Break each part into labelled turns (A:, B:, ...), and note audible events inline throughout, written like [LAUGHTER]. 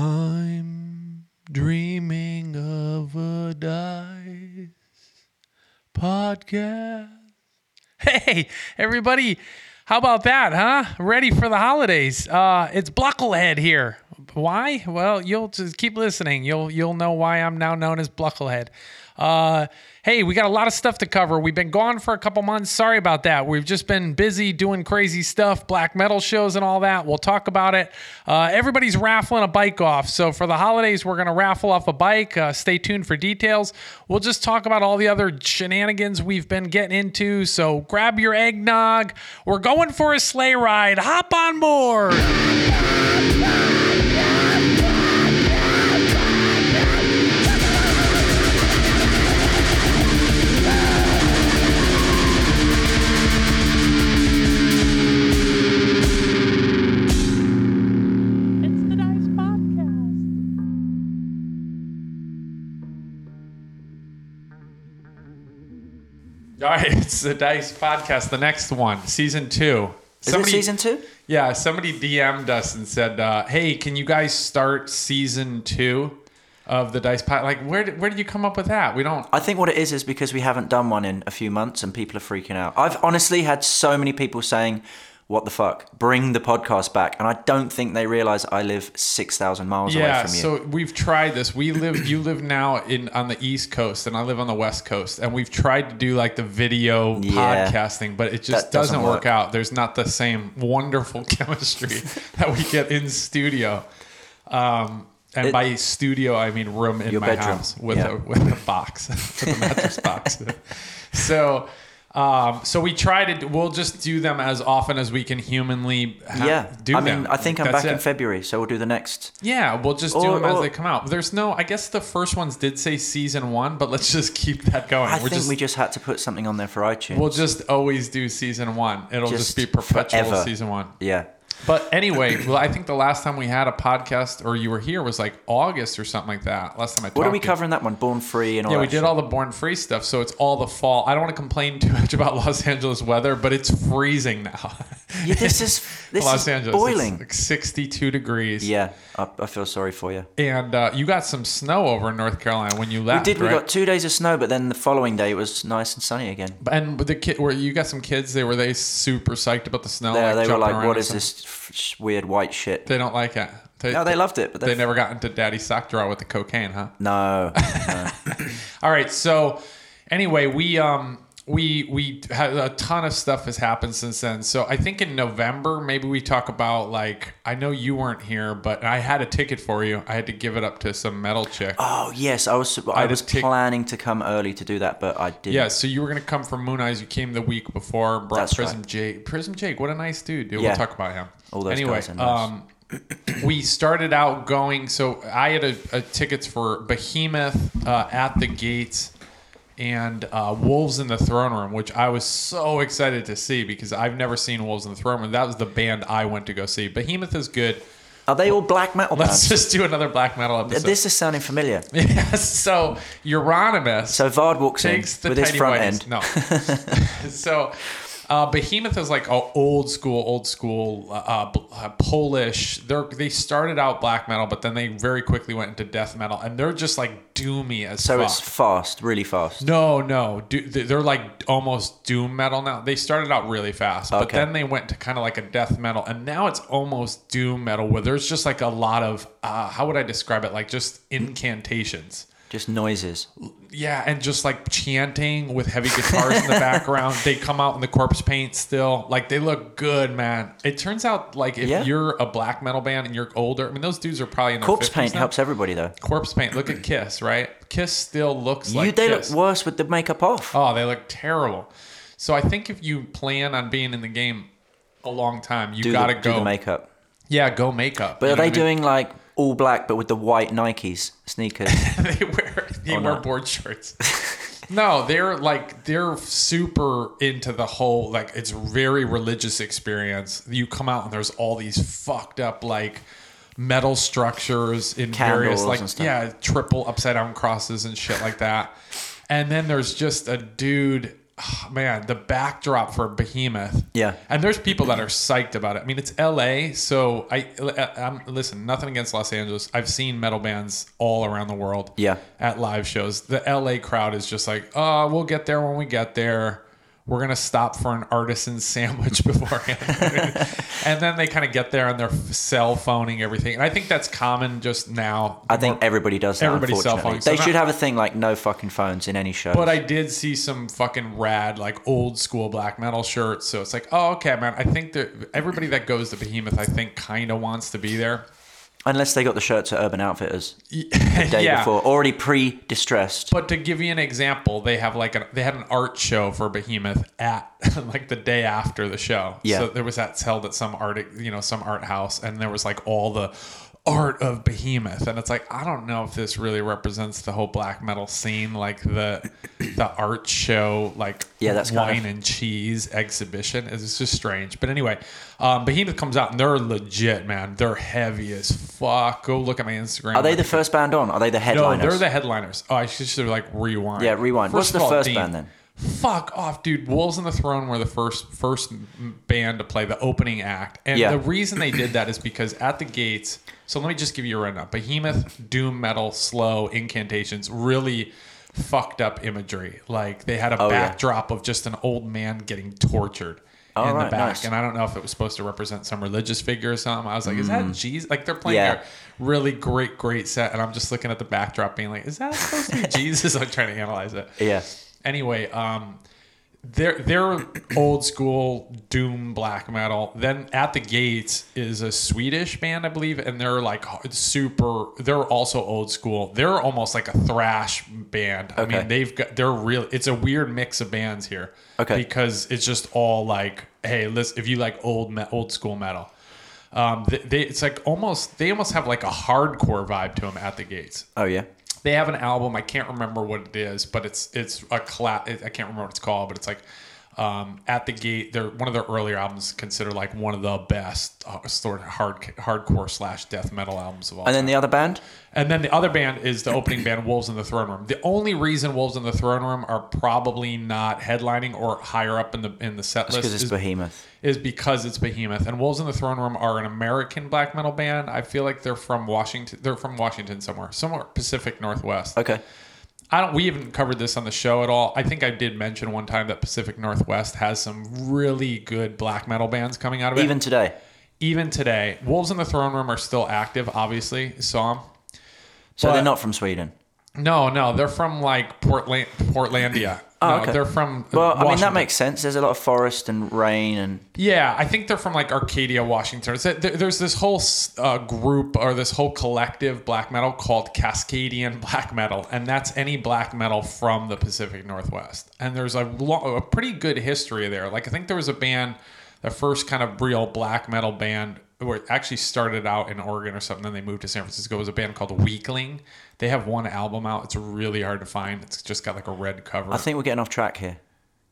A: I'm dreaming of a dice podcast. Hey, everybody. How about that, huh? Ready for the holidays. Uh, it's Blucklehead here. Why? Well, you'll just keep listening. You'll you'll know why I'm now known as Blucklehead. Uh, hey, we got a lot of stuff to cover. We've been gone for a couple months. Sorry about that. We've just been busy doing crazy stuff, black metal shows and all that. We'll talk about it. Uh, everybody's raffling a bike off. So for the holidays, we're going to raffle off a bike. Uh, stay tuned for details. We'll just talk about all the other shenanigans we've been getting into. So grab your eggnog. We're going for a sleigh ride. Hop on board.
B: It's the Dice Podcast.
A: All right, [LAUGHS] it's the Dice Podcast, the next one, season two.
C: Is it season two?
A: Yeah, somebody DM'd us and said, uh, "Hey, can you guys start season two of the Dice Pod?" Like, where did, where did you come up with that? We don't.
C: I think what it is is because we haven't done one in a few months and people are freaking out. I've honestly had so many people saying, "What the fuck? Bring the podcast back!" And I don't think they realize I live six thousand miles away
A: Yeah,
C: from you.
A: so we've tried this. We live, you live now in on the East Coast, and I live on the West Coast, and we've tried to do like the video
C: Yeah.
A: podcasting, but it just
C: That
A: doesn't,
C: doesn't
A: work.
C: work.
A: out. There's not the same wonderful [LAUGHS]
C: [LAUGHS]
A: chemistry that we get in studio. Um, and
C: It-
A: by studio, I mean room in
C: Your
A: my
C: bedroom,
A: house with
C: yeah.
A: a with a box, [LAUGHS] with a mattress box. [LAUGHS] So. Um, so we try to. We'll just do them as often as we can humanly. Ha-
C: yeah,
A: do
C: I mean,
A: them.
C: I think I'm
A: That's
C: back in
A: it.
C: February, so we'll do the next.
A: Yeah, we'll just do
C: Or-
A: them as
C: or-
A: they come out. There's no, I guess the first ones did say season one, but let's just keep that going.
C: I
A: We're
C: think
A: just,
C: we just had to put something on there for iTunes.
A: we'll just always do season one. It'll just,
C: Just
A: be perpetual
C: forever.
A: season one.
C: yeah,
A: But
C: [CLEARS THROAT]
A: anyway, well, I think the last time we had a podcast or you were here was like August or something like that. Last time I talked.
C: what are we
A: to you.
C: covering that one? Born free and all.
A: Yeah,
C: that
A: we did
C: shit.
A: all the born free stuff, so it's all the fall. I don't want to complain too [LAUGHS] much about Los Angeles weather, but it's freezing now. [LAUGHS]
C: Yeah, this is this
A: Los
C: is
A: Angeles, it's
C: boiling.
A: like sixty-two degrees.
C: Yeah, I, I feel sorry for you.
A: and uh, you got some snow over in North Carolina when you
C: We
A: left.
C: did. We
A: right?
C: got two days of snow, but then the following day it was nice and sunny again.
A: And with the kid, were you got some kids? They were they super psyched about the snow.
C: Yeah, they were
A: jumping
C: like,
A: around
C: "What
A: and
C: is
A: stuff?
C: this f- sh- weird white shit?"
A: They don't like it. They,
C: No, they loved it, but
A: They
C: they
A: never got into daddy's sock drawer with the cocaine, huh? [LAUGHS]
C: No, no.
A: All right. So anyway, we um we we had a ton of stuff has happened since then. So I think in November maybe we talk about like I know you weren't here, but I had a ticket for you. I had to give it up to some metal chick.
C: oh yes, I was. I,
A: had a
C: was
A: tick-
C: planning to come early to do that, but I didn't.
A: Yeah, so you were gonna come from Moon Eyes. You came the week before. Brought
C: That's
A: Prism
C: right.
A: Jake. Prism Jake, what a nice dude, dude.
C: Yeah.
A: We'll talk about him.
C: All those
A: anyway,
C: guys are nice.
A: um, [CLEARS THROAT] we started out going. So I had a, a tickets for Behemoth uh, at the Gates and uh, Wolves in the Throne Room, which I was so excited to see because I've never seen Wolves in the Throne Room. That was the band I went to go see. Behemoth is good.
C: Are they all black metal
A: Let's [LAUGHS]
C: bands?
A: just do another black metal episode. [LAUGHS]
C: this is sounding familiar.
A: so Euronymous
C: So Vard walks in
A: takes
C: with
A: the
C: his
A: tiny
C: front
A: ways.
C: end.
A: No. [LAUGHS] so, uh, Behemoth is like a old school, old school uh, b- uh, Polish. They are they started out black metal, but then they very quickly went into death metal, and they're just like doomy as
C: So
A: fuck.
C: it's fast, really fast.
A: No, no, Do- they're like almost doom metal now. They started out really fast, but
C: Okay.
A: then they went to kind of like a death metal, and now it's almost doom metal, where there's just like a lot of uh, how would I describe it? Like just incantations.
C: Just noises.
A: Yeah, and just like chanting with heavy guitars in the background. They come out in the corpse paint still. Like they look good, man. It turns out like if
C: Yeah.
A: you're a black metal band and you're older, I mean those dudes are probably in their
C: Corpse
A: 50s
C: paint
A: now.
C: helps everybody though.
A: Corpse paint. Look at Kiss, right? Kiss still looks
C: you
A: like
C: they
A: Kiss.
C: look worse with the makeup off.
A: Oh, they look terrible. So I think if you plan on being in the game a long time, you
C: do
A: got to
C: the,
A: go.
C: do the makeup.
A: yeah, go makeup.
C: But
A: You
C: are
A: know
C: they
A: what I mean?
C: doing like all black but with the white Nikes sneakers?
A: [LAUGHS] they wear they
C: Or
A: wear
C: not.
A: board
C: [LAUGHS]
A: shorts. no, they're like they're super into the whole like it's very religious experience. You come out and there's all these fucked up like metal structures in various
C: Candles
A: like
C: and stuff.
A: yeah triple upside down crosses and shit like that. And then there's just a dude. oh, man, the backdrop for Behemoth.
C: Yeah.
A: And there's people that are psyched about it. I mean, it's L.A., so I, uh, I'm listen. Nothing against Los Angeles. I've seen metal bands all around the world.
C: Yeah.
A: At live shows, the L.A. crowd is just like, oh, we'll get there when we get there. We're gonna stop for an artisan [LAUGHS] sandwich
C: [LAUGHS]
A: beforehand, and then they kind of get there and they're cell phoning everything. And I think that's common just now. [LAUGHS]
C: I think everybody does that.
A: Everybody's cell
C: unfortunately.
A: phones.
C: They
A: So
C: should
A: not-
C: have a thing like no fucking phones in any show.
A: But I did see some fucking rad, like old school black metal shirts. So it's like, oh, okay, man. I think that everybody that goes to Behemoth, I think, kind of wants to be there. [LAUGHS]
C: Unless they got the shirts at Urban Outfitters the day
A: yeah.
C: before, already pre-distressed.
A: But to give you an example, they have like a they had an art show for Behemoth at [LAUGHS] like the day after the show.
C: Yeah.
A: So there was that's held at some art you know some art house, and there was like all the art of Behemoth, and it's like I don't know if this really represents the whole black metal scene, like the the art show, like
C: Yeah, that's kind
A: wine
C: of-
A: and cheese exhibition. It's just strange. But anyway, um, Behemoth comes out and they're legit, man. They're heavy as fuck. Go look at my Instagram.
C: Are they the first band on? Are they the headliners?
A: No, they're the headliners. Oh, I should should, like rewind.
C: Yeah, rewind. What's the
A: of all,
C: first
A: Dean,
C: band then?
A: Fuck off, dude. Wolves on the Throne were the first first m- band to play the opening act, and
C: Yeah.
A: the reason they did that is because at the gates. So let me just give you a rundown: Behemoth, doom metal, slow incantations, really fucked up imagery. Like they had a
C: Oh, yeah.
A: backdrop of just an old man getting tortured.
C: All
A: in
C: right,
A: the back,
C: nice.
A: and I don't know if it was supposed to represent some religious figure or something. I was like, "Is that Jesus?" Like they're playing
C: Mm. Yeah.
A: their really great, great set, and I'm just looking at the backdrop, being like, "Is that supposed
C: [LAUGHS]
A: to be Jesus?" I'm trying to analyze it.
C: Yeah.
A: Anyway, um, they're they're old school doom black metal. Then at the gates is a Swedish band, I believe, and they're like h- super. They're also old school. They're almost like a thrash band. I
C: Okay.
A: mean, they've got they're real. It's a weird mix of bands here.
C: Okay.
A: because it's just all like, hey, listen, if you like old me- old school metal. Um, they, they it's like almost they almost have like a hardcore vibe to them at the gates
C: Oh yeah.
A: they have an album i can't remember what it is but it's it's a cla- i can't remember what it's called but it's like um, at the gate they're one of their earlier albums considered like one of the best uh, sort of hard hardcore slash death metal albums of all time.
C: And then the other band?
A: And then the other band is the opening band, Wolves in the Throne Room. The only reason Wolves in the Throne Room are probably not headlining or higher up in the in the set list
C: Because it's
A: is,
C: Behemoth.
A: is because it's Behemoth. And Wolves in the Throne Room are an American black metal band. I feel like they're from Washington. They're from Washington somewhere, somewhere Pacific Northwest.
C: Okay.
A: I don't. We haven't covered this on the show at all. I think I did mention one time that Pacific Northwest has some really good black metal bands coming out of it.
C: Even today.
A: even today, Wolves in the Throne Room are still active. Obviously, saw 'em.
C: So
A: But-
C: they're not from Sweden.
A: No, no, they're from like Portland, Portlandia. no,
C: Oh, okay.
A: they're from. uh,
C: Well, I mean that
A: Washington.
C: makes sense. There's a lot of forest and rain and
A: Yeah, I think they're from like Arcadia, Washington. It's that- there- There's this whole uh, group or this whole collective black metal called Cascadian [LAUGHS] Black Metal, and that's any black metal from the Pacific Northwest. And there's a, lo- a pretty good history there. Like I think there was a band, the first kind of real black metal band, where it actually started out in Oregon or something. Then they moved to San Francisco. It was a band called Weakling. They have one album out. It's really hard to find. It's just got like a red cover.
C: I think we're getting off track here.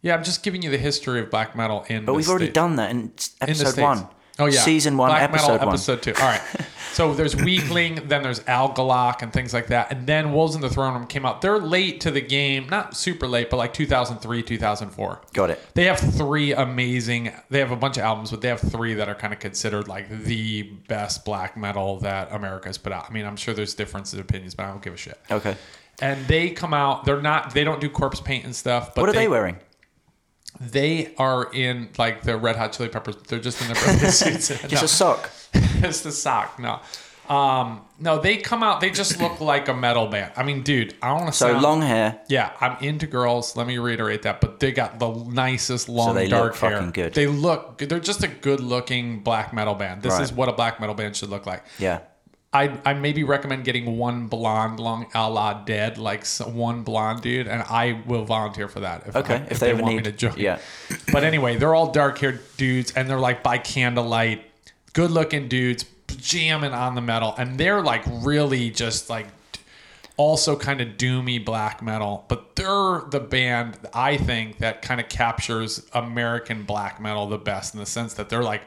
A: yeah, I'm just giving you the history of black metal in.
C: But we've already done that in s- episode one.
A: Oh yeah,
C: Season one,
A: Black
C: episode
A: Metal,
C: one.
A: episode two. All right. so
C: [LAUGHS]
A: there's Weakling, then there's Algalok and things like that, and then Wolves in the Throne Room came out. They're late to the game, not super late, but like 2003, 2004.
C: Got it.
A: They have three amazing. They have a bunch of albums, but they have three that are kind of considered like the best black metal that America's put out. I mean, I'm sure there's differences of opinions, but I don't give a shit.
C: Okay.
A: And they come out. They're not. They don't do corpse paint and stuff. But
C: What are
A: they
C: they wearing?
A: they are in like the Red Hot Chili Peppers. They're just in their [LAUGHS] birthday suits.
C: [LAUGHS] Just a sock.
A: it's the sock. No, um, no. They come out. They just
C: [COUGHS]
A: look like a metal band. I mean, dude, I want to
C: So
A: sound,
C: long hair.
A: Yeah, I'm into girls. Let me reiterate that. But they got the nicest long
C: they
A: dark
C: look
A: hair.
C: fucking good.
A: They look. They're just a good-looking black metal band. This
C: Right.
A: is what a black metal band should look like.
C: Yeah.
A: I I maybe recommend getting one blonde long a la dead like s one blonde dude, and I will volunteer for that. If
C: Okay,
A: I-
C: if they ever
A: want me
C: need-
A: to join.
C: yeah.
A: [CLEARS THROAT] But anyway, they're all dark haired dudes, and they're like by candlelight, good looking dudes jamming on the metal, and they're like really just like also kind of doomy black metal, but they're the band I think that kind of captures American black metal the best in the sense that they're like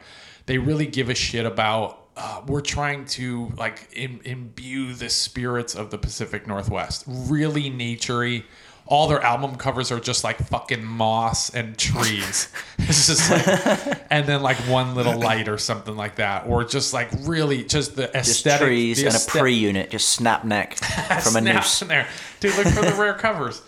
A: they really give a shit about uh, we're trying to like Im- imbue the spirits of the Pacific Northwest, really naturey, all their album covers are just like fucking moss and
C: [LAUGHS]
A: trees. [LAUGHS] it's just like, and then like one little light or something like that, or just like really just the
C: Just
A: aesthetic.
C: trees
A: the
C: and a
A: aesthet-
C: pre unit, just
A: [LAUGHS]
C: snap neck from a
A: snaps
C: noose.
A: in there. Dude, look for the rare covers.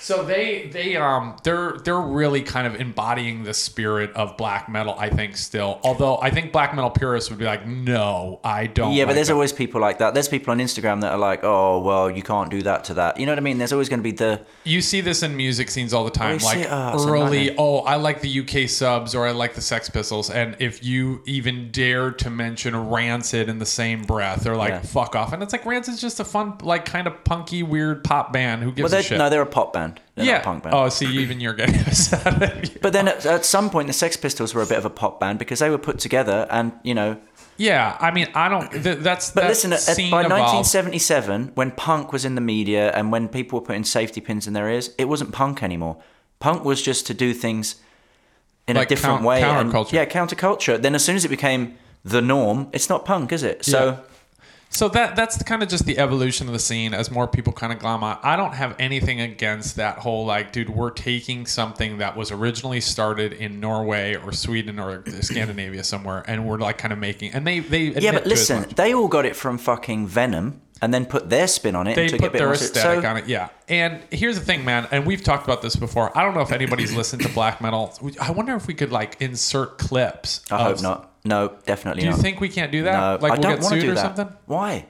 A: So they they um they're they're really kind of embodying the spirit of black metal, I think, still. Although I think black metal purists would be like, no, I don't.
C: Yeah, but
A: like
C: there's
A: that."
C: always people like that. There's people on Instagram that are like, oh, well, you can't do that to that. You know what I mean? There's always going to be the.
A: you see this in music scenes all the time,
C: We
A: like
C: see- oh, it's a
A: early.
C: nightmare.
A: Oh, I like the UK subs, or I like the Sex Pistols, and if you even dare to mention Rancid in the same breath, they're like,
C: Yeah.
A: "Fuck off!" And it's like Rancid's just a fun, like, kind of punky, weird pop band. Who
C: Well,
A: gives a
C: they're,
A: shit?
C: no, they're a pop band. They're not a punk band.
A: Oh, see, even you're getting [LAUGHS] upset. [LAUGHS]
C: But then at, at some point, the Sex Pistols were a bit of a pop band because they were put together and, you know.
A: yeah, I mean, I don't. Th- that's
C: But
A: that
C: listen, at,
A: scene
C: at- by
A: evolved.
C: 1977, when punk was in the media and when people were putting safety pins in their ears, it wasn't punk anymore. Punk was just to do things in
A: Like
C: a different
A: coun-
C: way. and-
A: counterculture.
C: yeah, counterculture. Then as soon as it became the norm, it's not punk, is it? So.
A: Yeah. So that that's kind of just the evolution of the scene as more people kind of glom on. I don't have anything against that whole like, dude, we're taking something that was originally started in Norway or Sweden or [COUGHS] Scandinavia somewhere, and we're like kind of making. And they they
C: Yeah,
A: admit
C: but
A: to as
C: listen,
A: much.
C: they all got it from fucking Venom and then put their spin on it
A: they
C: and took it a
A: put
C: bit
A: their
C: more
A: aesthetic
C: so,
A: on it. Yeah, and here's the thing, man. And we've talked about this before. I don't know if anybody's listened to black metal. I wonder if we could like insert clips.
C: I
A: of-
C: hope not. No,
A: Oh.
C: definitely
A: Do you
C: not.
A: think we can't do that?
C: no,
A: like
C: I
A: we'll
C: don't
A: get
C: want
A: sued
C: to do
A: or
C: that.
A: something?
C: Why?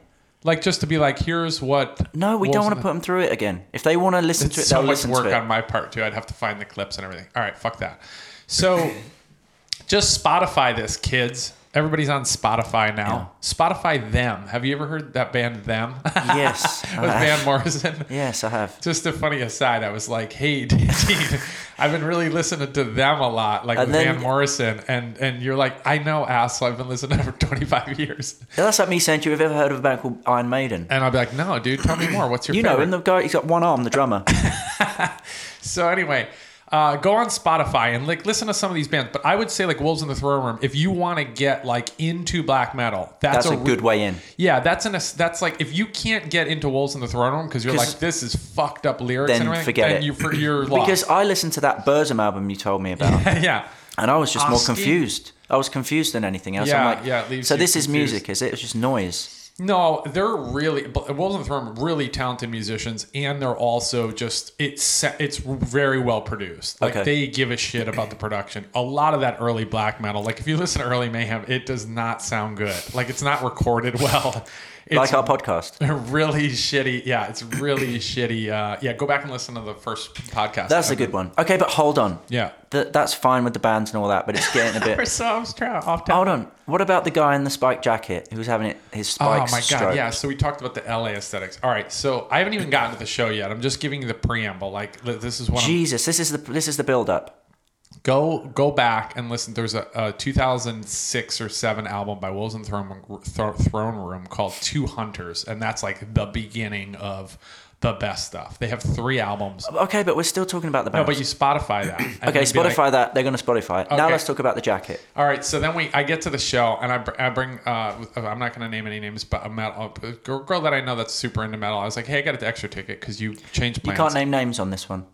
A: Like just to be like, here's what.
C: No, we
A: what
C: don't
A: was
C: want
A: in
C: to
A: the-
C: put them through it again. If they want to listen to it,
A: so
C: they'll
A: much
C: listen
A: work
C: to it.
A: on my part too. I'd have to find the clips and everything. All right, fuck that.
C: [LAUGHS]
A: So just Spotify this, kids. Everybody's on Spotify now. Spotify them. Have you ever heard that band them?
C: Yes, I
A: [LAUGHS] With Van
C: have.
A: Morrison.
C: Yes, I have.
A: Just a funny aside, I was like, "Hey, [LAUGHS] dude, I've been really listening to them a lot, like
C: And then-
A: Van Morrison." And and you're like, "I know, asshole. I've been listening to them for 25 years."
C: That's like me saying to you, have you ever heard of a band called Iron Maiden?
A: And I'll be like, "No, dude, tell me more. What's your
C: You
A: favorite?
C: know him, the guy, he's got one arm, the
A: [LAUGHS]
C: drummer.
A: So anyway, uh, go on Spotify and like listen to some of these bands. But I would say like Wolves in the Throne Room. If you want to get like into black metal, that's,
C: That's a
A: re-
C: good way in.
A: Yeah, that's an that's like if you can't get into Wolves in the Throne Room because you're
C: 'Cause-
A: like this is fucked up lyrics
C: Then
A: and everything,
C: forget
A: then
C: it.
A: You, for, you're lost. [LAUGHS]
C: Because I listened to that Burzum album you told me about.
A: yeah,
C: And I was just more
A: Oski.
C: confused. I was confused than anything else.
A: Yeah,
C: I'm like,
A: yeah, it leaves
C: so
A: you
C: this is
A: confused.
C: music, is it? It's just noise.
A: no, they're really but Wolves in the Throne Room really talented musicians, and they're also just it's it's very well produced. Like
C: Okay.
A: they give a shit about the production. A lot of that early black metal, like if you listen to early Mayhem, it does not sound good. Like it's not recorded
C: [LAUGHS]
A: well. It's
C: Like our podcast.
A: [LAUGHS] really shitty. Yeah, it's
C: [COUGHS]
A: really shitty. Uh, yeah, go back and listen to the first podcast.
C: That's a good one. Okay, but hold on.
A: Yeah.
C: Th- that's fine with the bands and all that, but it's getting
A: [LAUGHS]
C: a
A: We're
C: bit.
A: so off track. Off topic.
C: [LAUGHS] hold on. What about the guy in the spike jacket who's having it, his
A: Oh
C: spikes
A: my god,
C: stroke?
A: yeah. So we talked about the LA aesthetics. All right, so I haven't even gotten to the show yet. I'm just giving you the preamble. Like li- this is one. I'm
C: Jesus, this is the this is the build up.
A: go go back and listen. There's a, a 2006 or seven album by Wolves in the Throne, Thro- Throne Room called Two Hunters, and that's like the beginning of the best stuff. They have three albums.
C: Okay, but we're still talking about the
A: No,
C: band.
A: but you Spotify that. and
C: okay,
A: then be like,
C: Spotify that. They're going to Spotify it. Now
A: Okay.
C: let's talk about the jacket.
A: All right, so then we I get to the show and I, br- I bring uh I'm not gonna name any names but a metal a girl girl that I know that's super into metal I was like hey I got the extra ticket because you changed
C: You
A: plans
C: can't name names on this one.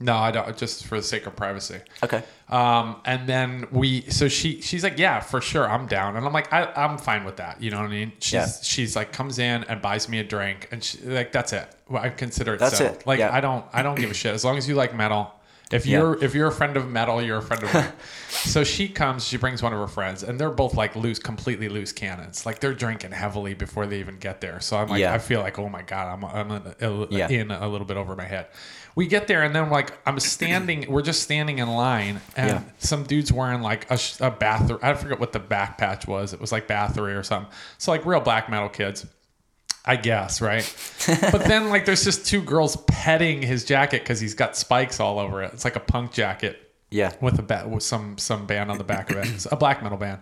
A: no I don't just for the sake of privacy
C: Okay.
A: um and then we so she she's like yeah for sure I'm down and I'm like I I'm fine with that you know what I mean she's
C: Yeah.
A: she's like comes in and buys me a drink and she, like that's it well, I consider it
C: That's
A: settled.
C: it,
A: like
C: yeah.
A: I don't I don't give a shit as long as you like metal if
C: Yeah.
A: you're if you're a friend of metal, you're a friend of.
C: [LAUGHS]
A: mine. so she comes, she brings one of her friends, and they're both like loose, completely loose cannons. Like they're drinking heavily before they even get there. So I'm like,
C: Yeah.
A: I feel like, oh my god, I'm I'm in a,
C: Yeah.
A: in a little bit over my head. We get there, and then like I'm standing, [CLEARS THROAT] we're just standing in line, and
C: Yeah.
A: some dude's wearing like a, sh- a bath. I forget what the back patch was. It was like bathory or something. So like real black metal kids. I guess,
C: [LAUGHS]
A: right? but then, like, there's just two girls petting his jacket because he's got spikes all over it. It's like a punk jacket
C: Yeah.
A: with a bat with some some band on the back of it. It's a black metal band.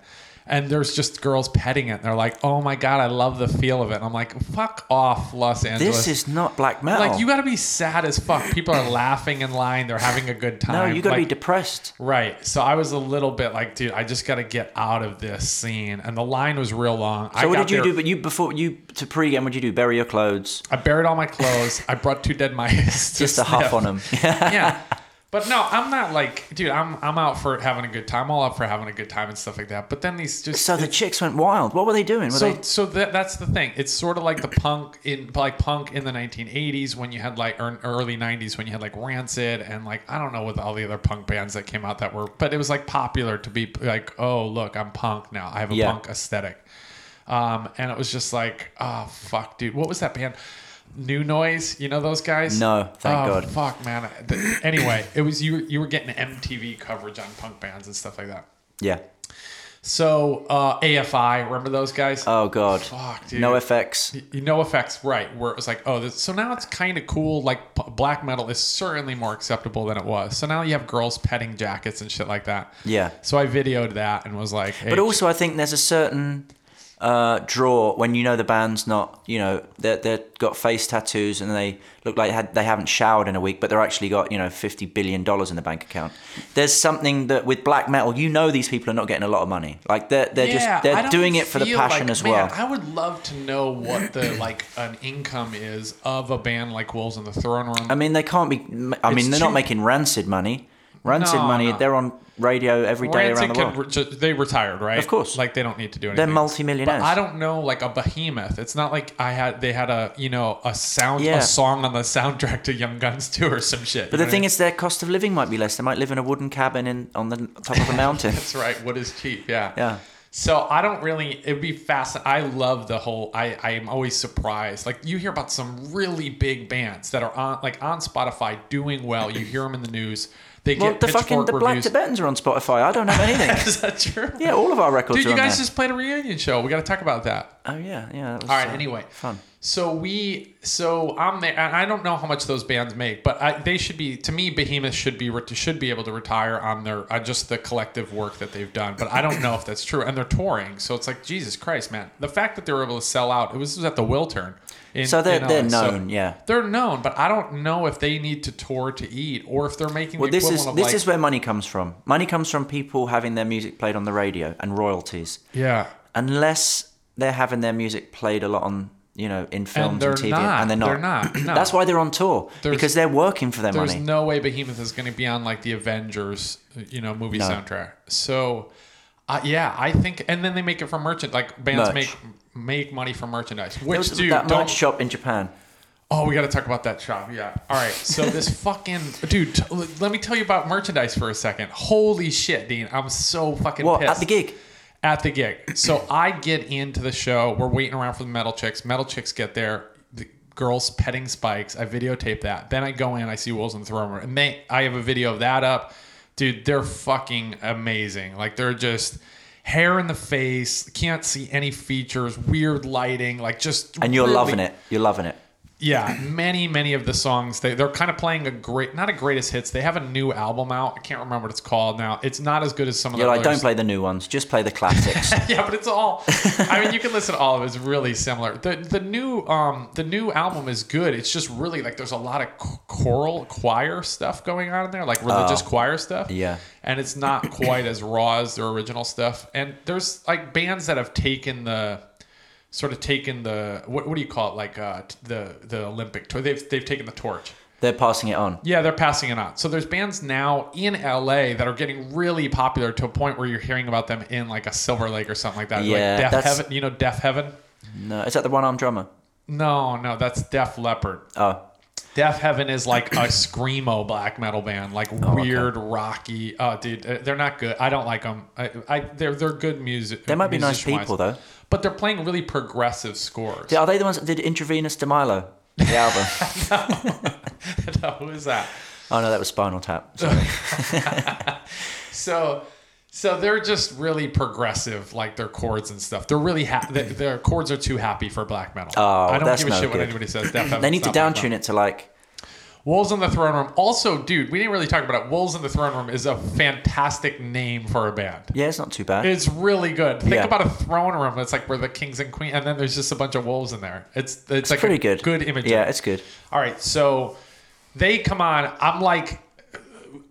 A: and there's just girls petting it. And they're like, "Oh my god, I love the feel of it." And I'm like, "Fuck off, Los Angeles."
C: This is not black metal.
A: like you got to be sad as fuck. People are laughing in line. They're having a good
C: no,
A: time.
C: you got to
A: Like,
C: be depressed.
A: Right. So I was a little bit like, dude, I just got to get out of this scene. And the line was real long. I
C: So what
A: got
C: did you
A: there-
C: do? But you before you to pregame, what did you do? Bury your clothes.
A: I buried all my clothes. I brought two dead mice. to
C: Just a huff
A: sniff.
C: on them.
A: [LAUGHS] yeah. But no, I'm not like, dude, I'm I'm out for having a good time. All out for having a good time and stuff like that. But then these just
C: [LAUGHS] so the chicks went wild. What were they doing? Were
A: so
C: they?
A: so that, that's the thing. It's sort of like the punk in like punk in the 1980s when you had like or early 90s when you had like Rancid and like I don't know with all the other punk bands that came out that were but it was like popular to be like oh look I'm punk now I have a
C: Yeah.
A: punk aesthetic. Um, and it was just like oh fuck dude what was that band? New Noise, you know those guys?
C: No, thank
A: Oh,
C: God.
A: Fuck man. The- Anyway, it was you. You were getting MTV coverage on punk bands and stuff like that.
C: Yeah.
A: So uh, AFI, remember those guys?
C: Oh God.
A: Fuck, dude.
C: No effects.
A: you know effects right where it was like oh this, so now it's kind of cool like p- black metal is certainly more acceptable than it was so now you have girls petting jackets and shit like that
C: Yeah.
A: so i videoed that and was like hey,
C: But also, I think there's a certain uh, draw when you know the band's not, you know, they're, they're got face tattoos and they look like had, they haven't showered in a week, but they're actually got, you know, $50 billion in the bank account. There's something that with black metal, you know, these people are not getting a lot of money. Like they're, they're
A: yeah,
C: just,
A: I
C: they're
A: don't
C: doing it for the
A: feel
C: passion
A: like-
C: as
A: man,
C: well.
A: i would love to know what the like an income is of a band like wolves in the throne room
C: I mean, they can't be, I mean,
A: It's
C: they're
A: too-
C: not making rancid money. Rancid
A: No,
C: money,
A: no.
C: they're on radio every day
A: Rancid
C: around the
A: could
C: world.
A: re- ju- they retired, right?
C: Of course.
A: like they don't need to do anything.
C: They're multimillionaires.
A: But I don't know, like a behemoth. It's not like I had they had a you know a sound
C: Yeah.
A: a song on the soundtrack to Young Guns two or some shit.
C: but the thing is, their cost of living might be less. They might live in a wooden cabin in, on the top
A: [LAUGHS]
C: of a mountain.
A: that's right. What is cheap? Yeah.
C: Yeah.
A: So I don't really. It'd be fascinating. I love the whole. I I am always surprised. Like you hear about some really big bands that are on like on Spotify doing well. You hear them in the news. They
C: Well,
A: get
C: the
A: pitchfork
C: fucking the Black
A: reviews.
C: Tibetans are on Spotify. I don't have anything.
A: [LAUGHS] is that true?
C: yeah, all of our records
A: Dude,
C: are
A: you
C: on
A: guys
C: there.
A: just played a reunion show. We got to talk about that.
C: Oh yeah, yeah. That was,
A: All right.
C: uh,
A: anyway,
C: fun.
A: So we, so I'm there, and I don't know how much those bands make, but I, they should be. To me, Behemoth should be re- should be able to retire on their on just the collective work that they've done. But I don't know if that's true, and they're touring, so it's like Jesus Christ, man. The fact that they were able to sell out, it was, this was at the Wiltern. In,
C: So they're
A: in
C: they're
A: LA, so
C: known. yeah.
A: They're known, but I don't know if they need to tour to eat or if they're making
C: Well,
A: the
C: this
A: equivalent
C: is
A: of
C: this
A: like
C: is where money comes from. Money comes from people having their music played on the radio and royalties.
A: yeah.
C: Unless they're having their music played a lot on you know in films
A: they're
C: and TV,
A: not.
C: and they're not.
A: They're
C: [CLEARS THROAT]
A: not, no.
C: That's why they're on tour
A: There's-
C: because they're working for their
A: There's
C: money.
A: no way Behemoth is going to be on like the Avengers, you know, movie soundtrack. So, uh, yeah, I think, and then they make it from merchant. Like bands
C: Merch.
A: make make money from merchandise.
C: There
A: Which
C: was
A: dude?
C: that
A: Don't,
C: merch shop in Japan.
A: oh, we got to talk about that shop. Yeah. All right.
C: [LAUGHS]
A: So this fucking dude. T- l- let me tell you about merchandise for a second. Holy shit, Dean! I'm so fucking
C: What
A: pissed
C: at the gig?
A: at the gig. So I get into the show. We're waiting around for the metal chicks. Metal chicks get there. The girls petting spikes. I videotape that. Then I go in. I see Wolves and Throne Room, and they. I have a video of that up. Dude, they're fucking amazing. Like they're just hair in the face. Can't see any features. Weird lighting. Like just.
C: And you're
A: really-
C: loving it. You're loving it.
A: yeah, many, many of the songs they, they're kind of playing a great, not a greatest hits. They have a new album out. I can't remember what it's called now. It's not as good as some of
C: You're
A: the
C: like,
A: others
C: don't play the new ones. Just play
A: [LAUGHS]
C: the classics.
A: yeah, but it's all. I mean, you can listen to all of it. It's really similar. the The new um the new album is good. It's just really like there's a lot of ch- choral choir stuff going on in there, like religious choir stuff.
C: yeah.
A: and it's not quite as raw as their original stuff. And there's like bands that have taken the sort of taken the what, what do you call it like uh t- the the Olympic torch. They've they've taken the torch.
C: they're passing it on.
A: Yeah, they're passing it on. So there's bands now in LA that are getting really popular to a point where you're hearing about them in like a Silver Lake or something like that.
C: Yeah,
A: like Death
C: that's-
A: Heaven. You know, Death Heaven.
C: No, is that the one-armed drummer?
A: No, no, that's Def Leopard.
C: Oh,
A: Def Heaven is like
C: [CLEARS THROAT]
A: a screamo black metal band, like
C: Oh,
A: weird, rocky. Oh, dude, uh, they're not good. I don't like them. I, I they're they're good music.
C: They might be nice people, though.
A: But they're playing really progressive scores.
C: Are they the ones that did Intravenous de Milo,
A: [LAUGHS]
C: the album?
A: No, [LAUGHS] Who is that?
C: oh no, that was Spinal Tap.
A: Oh,
C: So-
A: So, so they're just really progressive, like their chords and stuff. They're really happy. Their chords are too happy for black metal.
C: Mm-hmm. Oh,
A: I don't
C: that's
A: give a
C: no
A: shit what
C: good. [CLEARS THROAT]
A: anybody says. Def
C: they need
A: Leppard's
C: to
A: not black
C: downtune it to like
A: metal. Wolves in the Throne Room. Also, dude, we didn't really talk about it. Wolves in the Throne Room is a fantastic name for a band.
C: Yeah, it's not too bad.
A: It's really good. Think
C: Yeah.
A: about a throne room. It's like where the kings and queens, and then there's just a bunch of wolves in there. It's it's, like a
C: Pretty good.
A: Good image.
C: Yeah, it's good.
A: All right, so they come on. I'm like,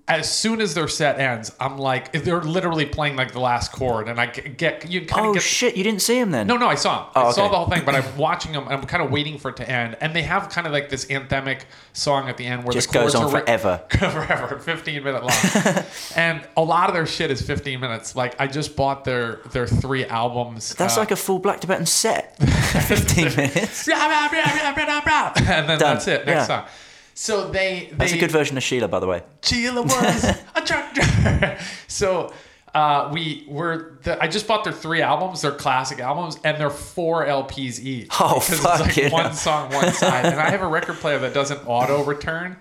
A: as soon as their set ends, I'm like, they're literally playing like the last chord, and I g- get you kind of
C: Oh
A: get.
C: shit, you didn't see him then?
A: no, no, I saw him. I
C: Oh,
A: saw
C: okay.
A: the whole thing, but I'm watching them. I'm kind of waiting for it to end, and they have kind of like this anthemic song at the end where
C: Just
A: the chords
C: goes on
A: are ri-
C: forever.
A: [LAUGHS] forever, 15 minute
C: [LAUGHS]
A: long, and a lot of their shit is 15 minutes. Like I just bought their their three albums.
C: That's
A: uh,
C: like a full Black Tibetan set.
A: [LAUGHS]
C: 15 minutes.
A: and then that's it. Next
C: Yeah.
A: song. So they, they
C: That's a good version of Sheila, by the way.
A: Sheila was a [LAUGHS] truck driver. So uh, we were. The, I just bought their three albums. They're classic albums, and they're four LPs each.
C: Oh,
A: Because
C: fuck
A: It's like
C: yeah.
A: one song, one side, and I have
C: [LAUGHS]
A: a record player that doesn't auto return.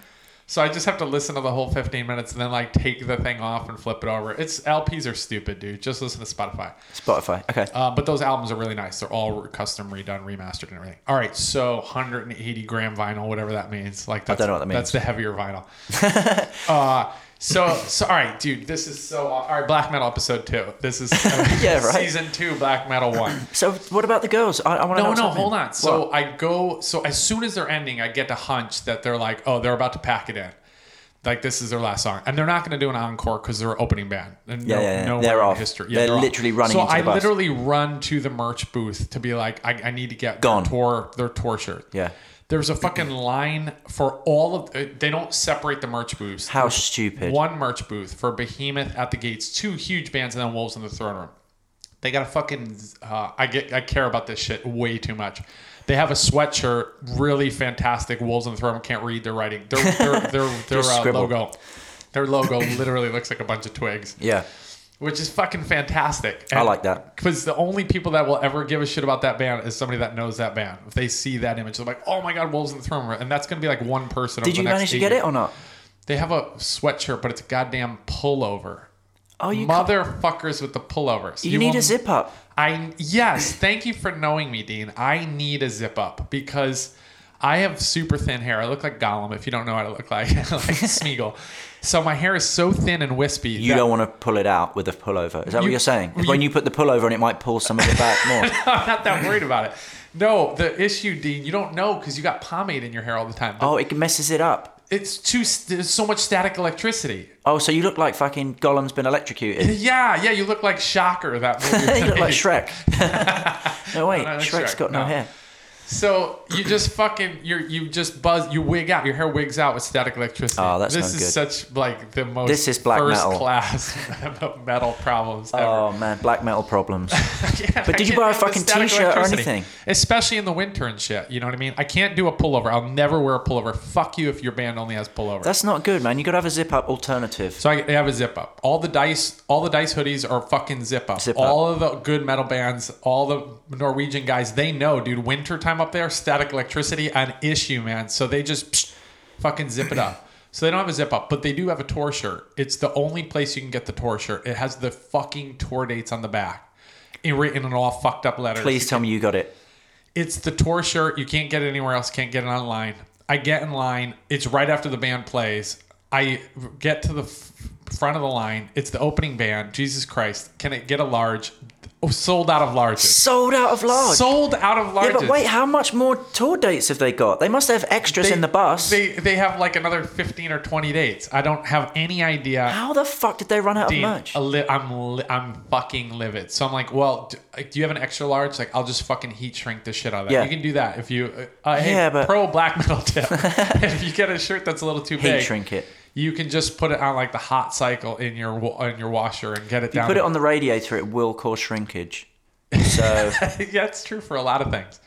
A: So I just have to listen to the whole 15 minutes and then like take the thing off and flip it over. It's LPs are stupid, dude. Just listen to Spotify.
C: Spotify. Okay.
A: Uh, but those albums are really nice. They're all custom redone, remastered, and everything. All right, so 180 gram vinyl, whatever that means. Like that's,
C: don't know what that means.
A: That's the heavier vinyl.
C: [LAUGHS]
A: uh, so, so all right, dude. This is so all right. Black metal episode two. This is
C: [LAUGHS] Yeah, right.
A: season two, black metal one.
C: so what about the girls? I, I want to
A: No,
C: know.
A: no,
C: something.
A: hold on. So
C: What?
A: I go. So as soon as they're ending, I get to hunch that they're like, oh, they're about to pack it in. Like this is their last song, and they're not going to do an encore because they're opening band. And no,
C: Yeah, yeah, yeah.
A: no way
C: They're
A: in
C: off.
A: History.
C: They're
A: off.
C: literally running
A: So
C: into the
A: I
C: bus.
A: literally run to the merch booth to be like, I, I need to get
C: Gone.
A: their tour their tour shirt.
C: Yeah.
A: There's a fucking line for all of. uh, They don't separate the merch booths.
C: How
A: There's
C: stupid.
A: One merch booth for Behemoth at the gates, two huge bands, and then Wolves in the Throne Room. They got a fucking. Uh, I get. I care about this shit way too much. They have a sweatshirt, really fantastic. Wolves in the Throne Room can't read their writing. Their their
C: [LAUGHS]
A: their, their
C: Just
A: uh,
C: scribble.
A: logo. Their logo literally looks like a bunch of twigs,
C: Yeah.
A: which is fucking fantastic.
C: I like that.
A: because the only people that will ever give a shit about that band is somebody that knows that band. If they see that image, they're like, "Oh my god, Wolves in the Throne Room," and that's gonna be like one person.
C: Did you manage to get it or not?
A: They have a sweatshirt, but it's a goddamn pullover.
C: Oh, you can't-
A: Motherfuckers with the pullovers.
C: You, need
A: will-
C: a zip up.
A: I yes. Thank you for knowing me, Dean. I need a zip up because I have super thin hair. I look like Gollum. If you don't know what I look like, [LAUGHS] like
C: [LAUGHS]
A: Smeagol. So my hair is so thin and wispy.
C: You don't want to pull it out with a pullover. Is that
A: You-
C: what you're saying? when you put the pullover on, it might pull some of it back more.
A: [LAUGHS] [LAUGHS] I'm not that worried about it. No, the issue, Dean, you don't know because you got pomade in your hair all the time.
C: Oh, it messes it up.
A: It's too. st- There's so much static electricity.
C: Oh, so you look like fucking Gollum's been
A: [LAUGHS]
C: electrocuted. [LAUGHS]
A: Yeah, yeah. You look like Shocker. That movie.
C: you look
A: [LAUGHS]
C: like Shrek. no, wait.
A: No, no, that's
C: Shrek's
A: Shrek.
C: got no,
A: No.
C: hair.
A: So you just fucking you you just buzz you wig out your hair wigs out with static electricity.
C: Oh, that's
A: this is
C: no good.
A: such like the most
C: This is black
A: first [LAUGHS]
C: metal.
A: class metal problems ever.
C: Oh, man. Black
A: [LAUGHS]
C: metal problems.
A: Yeah,
C: But
A: I
C: did you
A: can't deal
C: buy a
A: with
C: fucking
A: static
C: t-shirt or
A: electricity.
C: anything?
A: Especially in the winter and shit. You know what I mean? I can't do a pullover. I'll never wear a pullover. Fuck you if your band only has pullovers.
C: That's not good, man. you got to have a zip up alternative.
A: so I I have a zip up. All the dice, all the dice hoodies are fucking zip up.
C: Zip up.
A: all of the good metal bands, all the Norwegian guys, they know, dude. Winter time up there, static electricity, an issue, man. So they just psh, fucking zip it
C: [LAUGHS]
A: up. So they don't have a zip up, but they do have a tour shirt. It's the only place you can get the tour shirt. It has the fucking tour dates on the back, in- written in all fucked up letters.
C: Please tell me you got it.
A: It's the tour shirt. You can't get it anywhere else. Can't get it online. I get in line. It's right after the band plays. I get to the f- front of the line. It's the opening band. Jesus Christ. Can it get a large? Oh, sold out of larges.
C: Sold out of large.
A: Sold out of
C: yeah,
A: larges.
C: but wait, how much more tour dates have they got? They must have extras in the bus.
A: They, they have like another 15 or 20 dates. I don't have any idea.
C: how the fuck did they run out
A: Dean,
C: of merch?
A: a li- I'm li- I'm fucking livid. So I'm like, well, do, like, do you have an extra large? Like, I'll just fucking heat shrink the shit out of that.
C: Yeah.
A: You can do that if you. Uh, uh, hey,
C: Yeah, but-
A: pro black metal
C: [LAUGHS]
A: tip. [LAUGHS] if you get a shirt that's a little too
C: Heat
A: big,
C: shrink it.
A: You can just put it on like the hot cycle in your wa- in your washer and get it
C: You
A: down.
C: put
A: to-
C: it on the radiator, it will
A: [LAUGHS]
C: cause shrinkage. So
A: yeah, it's true for a lot of things.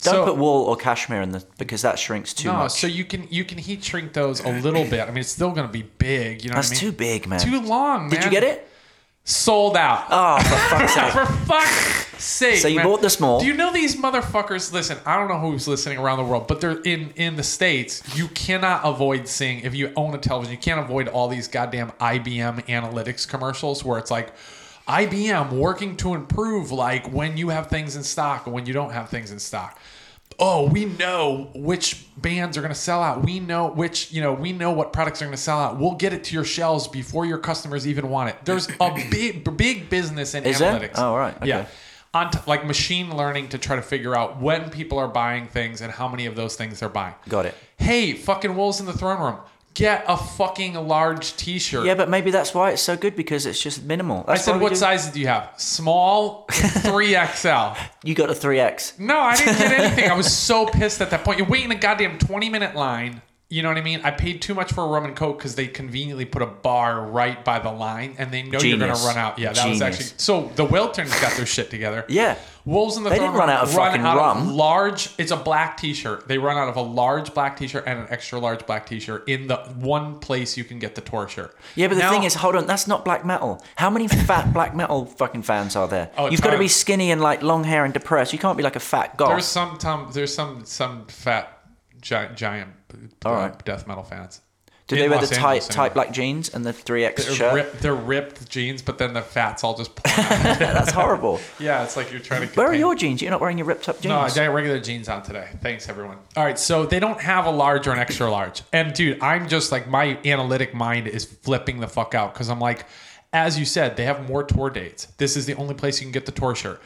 C: don't
A: So-
C: put wool or cashmere in the because that shrinks too
A: no,
C: much.
A: so you can you can heat shrink those a little bit. I mean, it's still gonna be big. You know,
C: That's
A: what I
C: too
A: mean?
C: big, man.
A: Too long.
C: did
A: man.
C: you get it?
A: Sold out.
C: Oh,
A: [LAUGHS]
C: for fuck's sake.
A: For fuck's sake.
C: So you
A: man.
C: bought the small.
A: Do you know these motherfuckers? Listen, I don't know who's listening around the world, but they're in in the states. You cannot avoid seeing if you own a television. You can't avoid all these goddamn IBM analytics commercials where it's like. IBM working to improve like when you have things in stock and when you don't have things in stock. oh, we know which bands are going to sell out. We know which, you know, we know what products are going to sell out. We'll get it to your shelves before your customers even want it. There's
C: [CLEARS THROAT]
A: a big, big business in
C: Is there?
A: analytics.
C: Oh, right. Okay.
A: Yeah. On t- like machine learning to try to figure out when people are buying things and how many of those things they're buying.
C: Got it.
A: Hey, fucking wolves in the throne room. Get a fucking large T-shirt.
C: Yeah, but maybe that's why it's so good because it's just minimal.
A: I
C: That's why
A: said,
C: we
A: what
C: do-
A: sizes do you have? Small, three
C: [LAUGHS]
A: XL.
C: You got a three X.
A: No, I didn't get anything. I was so pissed at that point. You're waiting a goddamn 20 minute line. You know what I mean? I paid too much for a rum and coke because they conveniently put a bar right by the line and they know you're going
C: Genius.
A: to run out. Yeah, that was
C: Genius.
A: actually. So the Wiltons got their shit together.
C: Yeah.
A: Wolves in the
C: They
A: Throne
C: didn't run
A: Room
C: out of fucking
A: out of
C: rum.
A: large. It's a black T-shirt. They run out of a large black T-shirt and an extra large black T-shirt in the one place you can get the tour shirt.
C: Yeah, but the
A: Now-
C: thing is, hold on, that's not black metal. How many fat black metal fucking fans are there?
A: Oh,
C: You've got to be
A: tons.
C: skinny and like long hair and depressed. You can't be like a fat goth.
A: there's some Tom. There's some some fat giant giant uh,
C: All right.
A: death metal fans.
C: Do
A: In
C: they wear
A: Los
C: the tight
A: Angeles,
C: tight
A: anyway.
C: black jeans and the three X
A: They're,
C: shirt?
A: ripped, they're ripped jeans, but then the fat's all just pulling
C: [LAUGHS]
A: out. [LAUGHS]
C: That's horrible.
A: yeah, it's like you're trying to.
C: Where are
A: contain-
C: your jeans? You're not wearing your ripped up jeans.
A: No, I got regular jeans on today. Thanks, everyone. All right, so they don't have a large or an extra large. And dude, I'm just like my analytic mind is flipping the fuck out because I'm like, as you said, they have more tour dates. This is the only place you can get the tour shirt.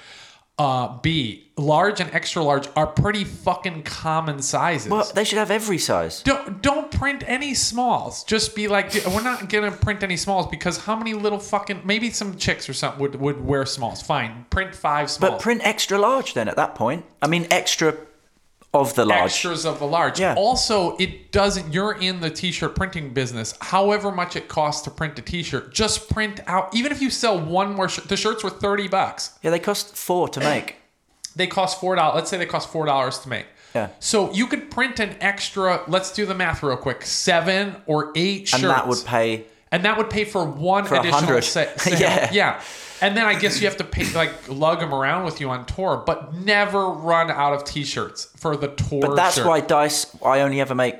A: Uh, B, large and extra large are pretty fucking common sizes.
C: well, they should have every size.
A: Don't don't print any smalls. Just be like, "Dude, we're not gonna print any smalls because how many little fucking maybe some chicks or something would would wear smalls. Fine, print five smalls.
C: But print extra large then at that point. I mean, extra of the large.
A: extras of the large.
C: Yeah.
A: Also, it doesn't. You're in the t-shirt printing business. However much it costs to print a t-shirt, just print out. Even if you sell one more, shirt, the shirts were thirty bucks.
C: Yeah, they cost four to make.
A: They cost four dollars. Let's say they cost four dollars to make.
C: Yeah.
A: So you could print an extra. Let's do the math real quick. Seven or eight shirts.
C: and that would pay.
A: and that would pay for one
C: a
A: additional
C: hundred. [LAUGHS]
A: set.
C: Yeah.
A: yeah, yeah. And then I guess you have to pay, like lug them around with you on tour, but never run out of t-shirts for the tour.
C: But that's
A: shirt.
C: why Dice, I only ever make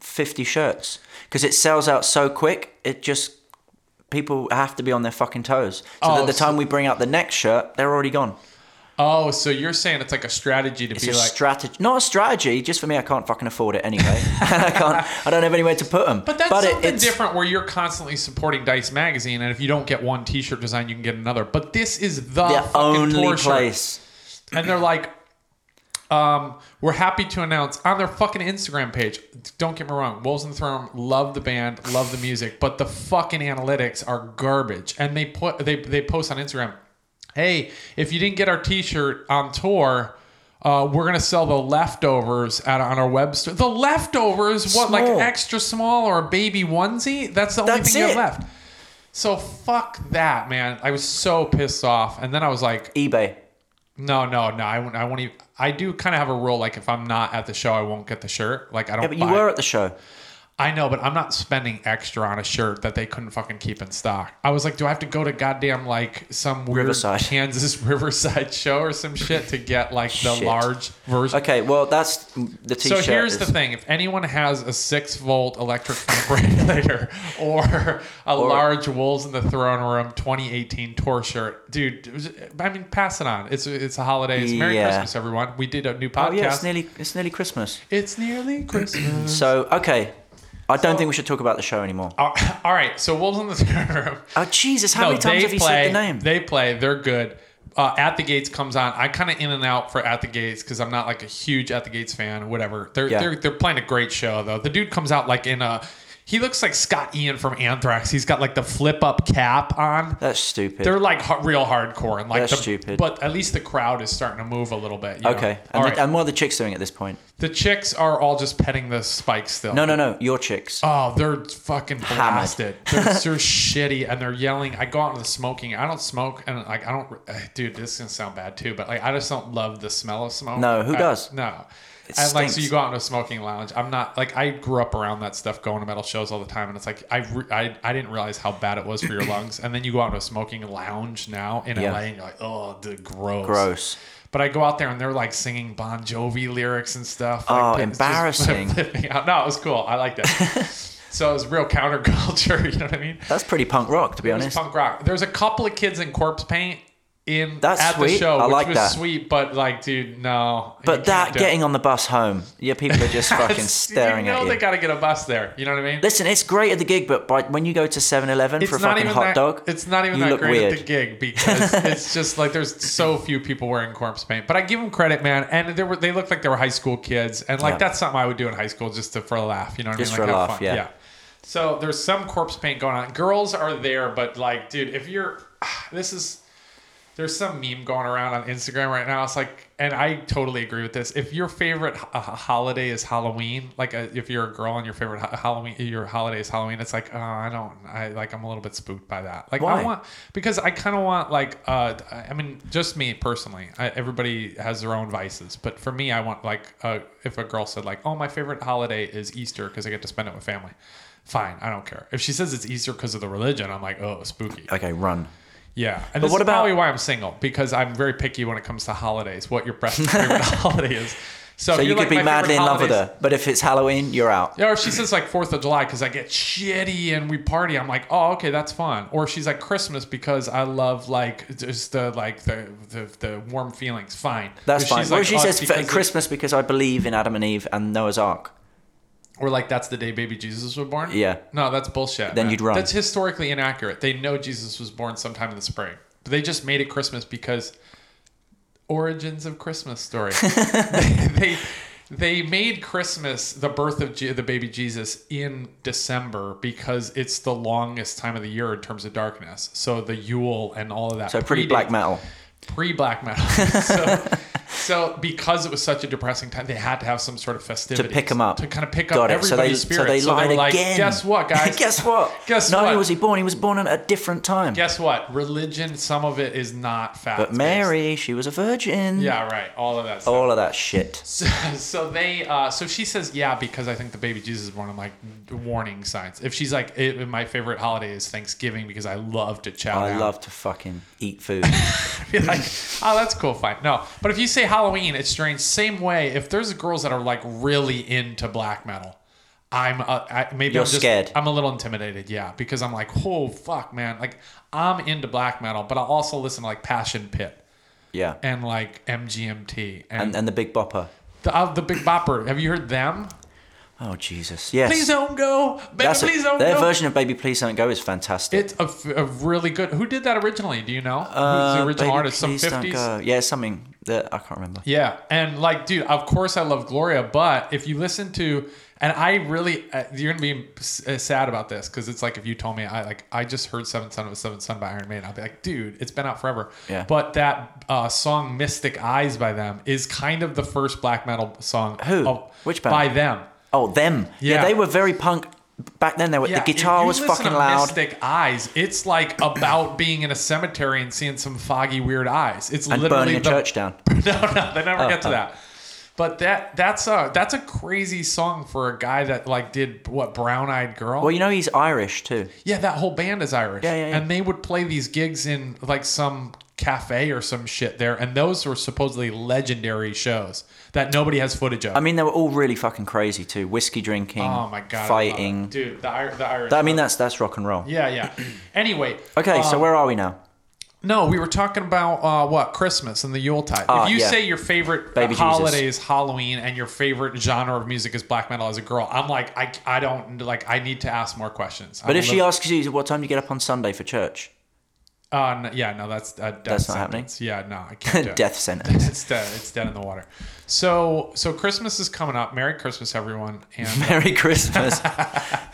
C: 50 shirts because it sells out so quick. It just, people have to be on their fucking toes. So
A: Oh,
C: that the
A: so-
C: time we bring out the next shirt, they're already gone.
A: Oh, so you're saying it's like a strategy to
C: It's
A: be
C: a
A: like.
C: strategy, not a strategy. Just for me, I can't fucking afford it anyway. [LAUGHS] I can't. I don't have anywhere to put them.
A: but that's
C: it-
A: something
C: it's-
A: different where you're constantly supporting Dice Magazine, and if you don't get one T-shirt design, you can get another. But this is the,
C: The
A: fucking
C: only
A: tour shirt.
C: place.
A: and they're like, um, we're happy to announce on their fucking Instagram page. Don't get me wrong, Wolves in the Throne love the band, love the music, but the fucking analytics are garbage. And they put they they post on Instagram, hey, if you didn't get our T-shirt on tour. Uh, we're gonna sell the leftovers at, on our web store. The leftovers, what like
C: Small.
A: extra small or a baby onesie? That's the only
C: That's
A: thing you
C: it.
A: have left. So fuck that, man. I was so pissed off, and then I was like,
C: eBay.
A: no, no, no. I won't. I won't even. I do kind of have a rule. Like if I'm not at the show, I won't get the shirt. Like I don't.
C: Yeah, but you
A: buy
C: were
A: It.
C: at the show.
A: I know, but I'm not spending extra on a shirt that they couldn't fucking keep in stock. I was like, do I have to go to goddamn like some weird
C: Riverside.
A: Kansas [LAUGHS] Riverside show or some shit to get like the
C: Shit.
A: large version?
C: Okay, well that's the
A: So
C: t-shirt.
A: here's
C: is-
A: the thing: if anyone has a six volt electric vibrator [LAUGHS] or a large Wolves in the Throne Room 2018 tour shirt, dude, I mean, pass it on. It's it's a holiday. It's Merry
C: Yeah.
A: Christmas, everyone. We did a new podcast.
C: Oh yeah, it's nearly it's nearly Christmas.
A: It's nearly Christmas. [COUGHS]
C: So okay, I don't think we should talk about the show anymore.
A: all all right, so Wolves in the [LAUGHS] Throne Room.
C: Oh Jesus, how many times have you said the name?
A: They Uh, play. They're good. Uh, at the Gates comes on. I kind of in and out for At the Gates because I'm not like a huge At the Gates fan. Whatever. They're
C: Yeah.
A: they're they're playing a great show though. The dude comes out like in a. He looks like Scott Ian from Anthrax. He's got like the flip up cap on.
C: That's stupid.
A: They're like har- real hardcore and like
C: That's
A: the,
C: stupid.
A: But at least the crowd is starting to move a little bit. you know?
C: okay,
A: All
C: and,
A: right.
C: the, and what are the chicks doing at this point?
A: the chicks are all just petting the spike still.
C: No, no, no, your chicks.
A: Oh, they're fucking blasted. They're, they're shitty and they're yelling. I go out into the smoking. I don't smoke, and like I don't. eh, Dude, this is gonna sound bad too, but like I just don't love the smell of smoke.
C: No, who
A: I-
C: does?
A: No. and like so
C: stinks.
A: you go out into a smoking lounge. I'm not like I grew up around that stuff, going to metal shows all the time, and it's like I re- I, I didn't realize how bad it was for
C: [CLEARS THROAT]
A: your lungs. And then you go out into a smoking lounge now in
C: Yeah.
A: LA, and you're like, oh, dude, gross.
C: Gross.
A: But I go out there and they're like singing Bon Jovi lyrics and stuff.
C: Oh,
A: Like, it's just [LAUGHS]
C: embarrassing.
A: flipping out. No, it was cool. I
C: [LAUGHS]
A: liked it. so it was real counterculture. [LAUGHS] You know what I mean?
C: That's pretty punk rock, to be
A: It was
C: honest.
A: punk rock. There's a couple of kids in corpse paint in
C: That's
A: at the
C: sweet.
A: show,
C: I
A: which
C: like
A: was
C: that.
A: sweet. But like, dude, no. you
C: But that
A: can't do it.
C: getting on the bus home, yeah, people
A: [LAUGHS]
C: are just fucking
A: It's-
C: staring
A: you know
C: at you.
A: They gotta get a bus there. You know what I mean?
C: Listen, it's great at the gig, but by, when you go to 7-Eleven for a fucking hot
A: that,
C: dog,
A: It's not even
C: you
A: that
C: look
A: great
C: weird.
A: at the gig because
C: [LAUGHS]
A: it's just like there's so few people wearing corpse paint. But I give them credit, man. And they were they looked like they were high school kids, and like
C: Yeah.
A: that's something I would do in high school just to for a laugh. You know what
C: Just
A: I mean? Like
C: for a
A: have
C: laugh,
A: fun.
C: yeah.
A: So there's some corpse paint going on. Girls are there, but like, dude, if you're [SIGHS] this is there's some meme going around on Instagram right now. It's like, and I totally agree with this. If your favorite ho- ho- holiday is Halloween, like uh if you're a girl and your favorite ho- Halloween, your holiday is Halloween, it's like, oh, I don't, I like, I'm a little bit spooked by that. Like,
C: Why?
A: I want because I kind of want like, uh, I I mean, just me personally. I, everybody has their own vices, but for me, I want like, uh, if a girl said like, oh, my favorite holiday is Easter because I get to spend it with family. Fine, I don't care. If she says it's Easter because of the religion, I'm like, oh, spooky.
C: okay, run.
A: Yeah, and this
C: what
A: is
C: about-
A: probably why I'm single because I'm very picky when it comes to holidays. What your
C: [LAUGHS]
A: best favorite holiday is? So,
C: So
A: if
C: you
A: you're
C: could
A: Oh, like, my
C: be
A: favorite
C: madly in love with
A: holidays-
C: her, but if it's Halloween, you're out.
A: Yeah, or if she says like Fourth of July because I get shitty and we party, I'm like, oh, okay, that's fun. Or she's like Christmas because I love like just the like the the, the warm feelings. Fine,
C: That's
A: Or
C: fine.
A: she's
C: or
A: like,
C: she
A: "Oh,
C: says
A: it's because
C: "F-
A: of-"
C: Christmas because I believe in Adam and Eve and Noah's Ark.
A: or like that's the day baby Jesus was born.
C: Yeah.
A: no, that's bullshit.
C: Then
A: man.
C: you'd run.
A: That's historically inaccurate. They know Jesus was born sometime in the spring. But they just made it Christmas because origins of Christmas story.
C: [LAUGHS]
A: [LAUGHS] they they made Christmas the birth of Je- the baby Jesus in December because it's the longest time of the year in terms of darkness. So the Yule and all of that.
C: So pretty black metal.
A: Pre black
C: [LAUGHS]
A: metal. so, so because it was such a depressing time, they had to have some sort of festivity
C: 'em up.
A: to kind of pick up
C: Got it.
A: everybody's
C: So they,
A: spirit.
C: so they lied
A: were like,
C: again.
A: guess
C: [LAUGHS]
A: what, guys?
C: guess what?
A: Guess
C: Not
A: what?
C: only was he born, he was born at a different time.
A: Guess what? Religion, some of it is not fact.
C: but Mary, Oh. she was a virgin.
A: Yeah, right. All of that. Stuff.
C: All of that shit.
A: So, [LAUGHS] so they, uh, so she says, yeah, because I think the baby Jesus is born. I'm like, warning signs. If she's like, it, my favorite holiday is Thanksgiving because I love to chow
C: I
A: down.
C: love to fucking
A: [LAUGHS]
C: eat food.
A: be like, oh, that's cool, fine. No, but if you say Halloween, it's strange. Same way, if there's girls that are like really into black metal, I'm uh, I, maybe
C: You're
A: I'm just,
C: scared.
A: I'm a little intimidated, yeah, because I'm like, oh fuck, man, like I'm into black metal, but I also listen to like Passion Pit
C: yeah.
A: and like MGMT and,
C: And, and the Big Bopper.
A: the, uh, the Big Bopper. Have you heard them?
C: Oh, Jesus. Yes.
A: Please don't go, baby.
C: That's a-
A: please don't
C: their
A: go.
C: version of Baby Please Don't Go is fantastic.
A: it's a, f- a really good. Who did that originally? Do you know? Who's
C: Uh,
A: the original
C: Baby
A: artist? Some
C: Please Don't
A: fifties.
C: Go. Yeah, something that I can't remember.
A: Yeah, and like, dude, of course I love Gloria, but if you listen to, and I really, uh, you're gonna be uh, sad about this because it's like if you told me I like I just heard Seven Son of a Seven Son by Iron Maiden, I'll be like, dude, it's been out forever.
C: Yeah.
A: But that uh, song "Mystic Eyes" by them is kind of the first black metal song.
C: Who? Which band?
A: By them.
C: Oh, them. Yeah.
A: Yeah.
C: they were very punk back then. They were, the
A: if
C: guitar
A: you
C: was
A: listen
C: fucking
A: to
C: loud.
A: Mystic Eyes. It's like about being in a cemetery and seeing some foggy, weird eyes. It's
C: and
A: literally
C: burning a
A: the
C: church down.
A: [LAUGHS] no, no, they never get to
C: [LAUGHS] oh.
A: that. But that that's a that's a crazy song for a guy that like did what Brown Eyed Girl.
C: Well, you know he's Irish too.
A: yeah, that whole band is Irish.
C: Yeah, yeah, yeah.
A: And they would play these gigs in like some cafe or some shit there, and those were supposedly legendary shows that nobody has footage of.
C: I mean, they were all really fucking crazy too. Whiskey drinking.
A: oh my god, I love it.
C: Fighting.
A: dude, the, Ir- the Irish.
C: I mean, that's that's rock and roll.
A: yeah, [CLEARS THROAT] Um, yeah. Anyway,
C: Okay, so where are we now?
A: No, we were talking about uh, what Christmas and the Yuletide.
C: Ah,
A: if you
C: yeah.
A: say your favorite
C: Baby
A: holidays, holiday
C: Jesus.
A: is Halloween and your favorite genre of music is black metal as a girl, I'm like, I, I don't like. I need to ask more questions.
C: But if she asks you what time do you get up on Sunday for church, [LAUGHS]
A: uh, no, yeah, no, that's uh, death
C: That's not happening?
A: sentence. Yeah, no, I
C: [LAUGHS]
A: can't. Do it.
C: death
A: [LAUGHS]
C: sentence.
A: It's dead. It's dead in the water. So, so Christmas is coming up. Merry Christmas, everyone, and [LAUGHS]
C: Merry Christmas,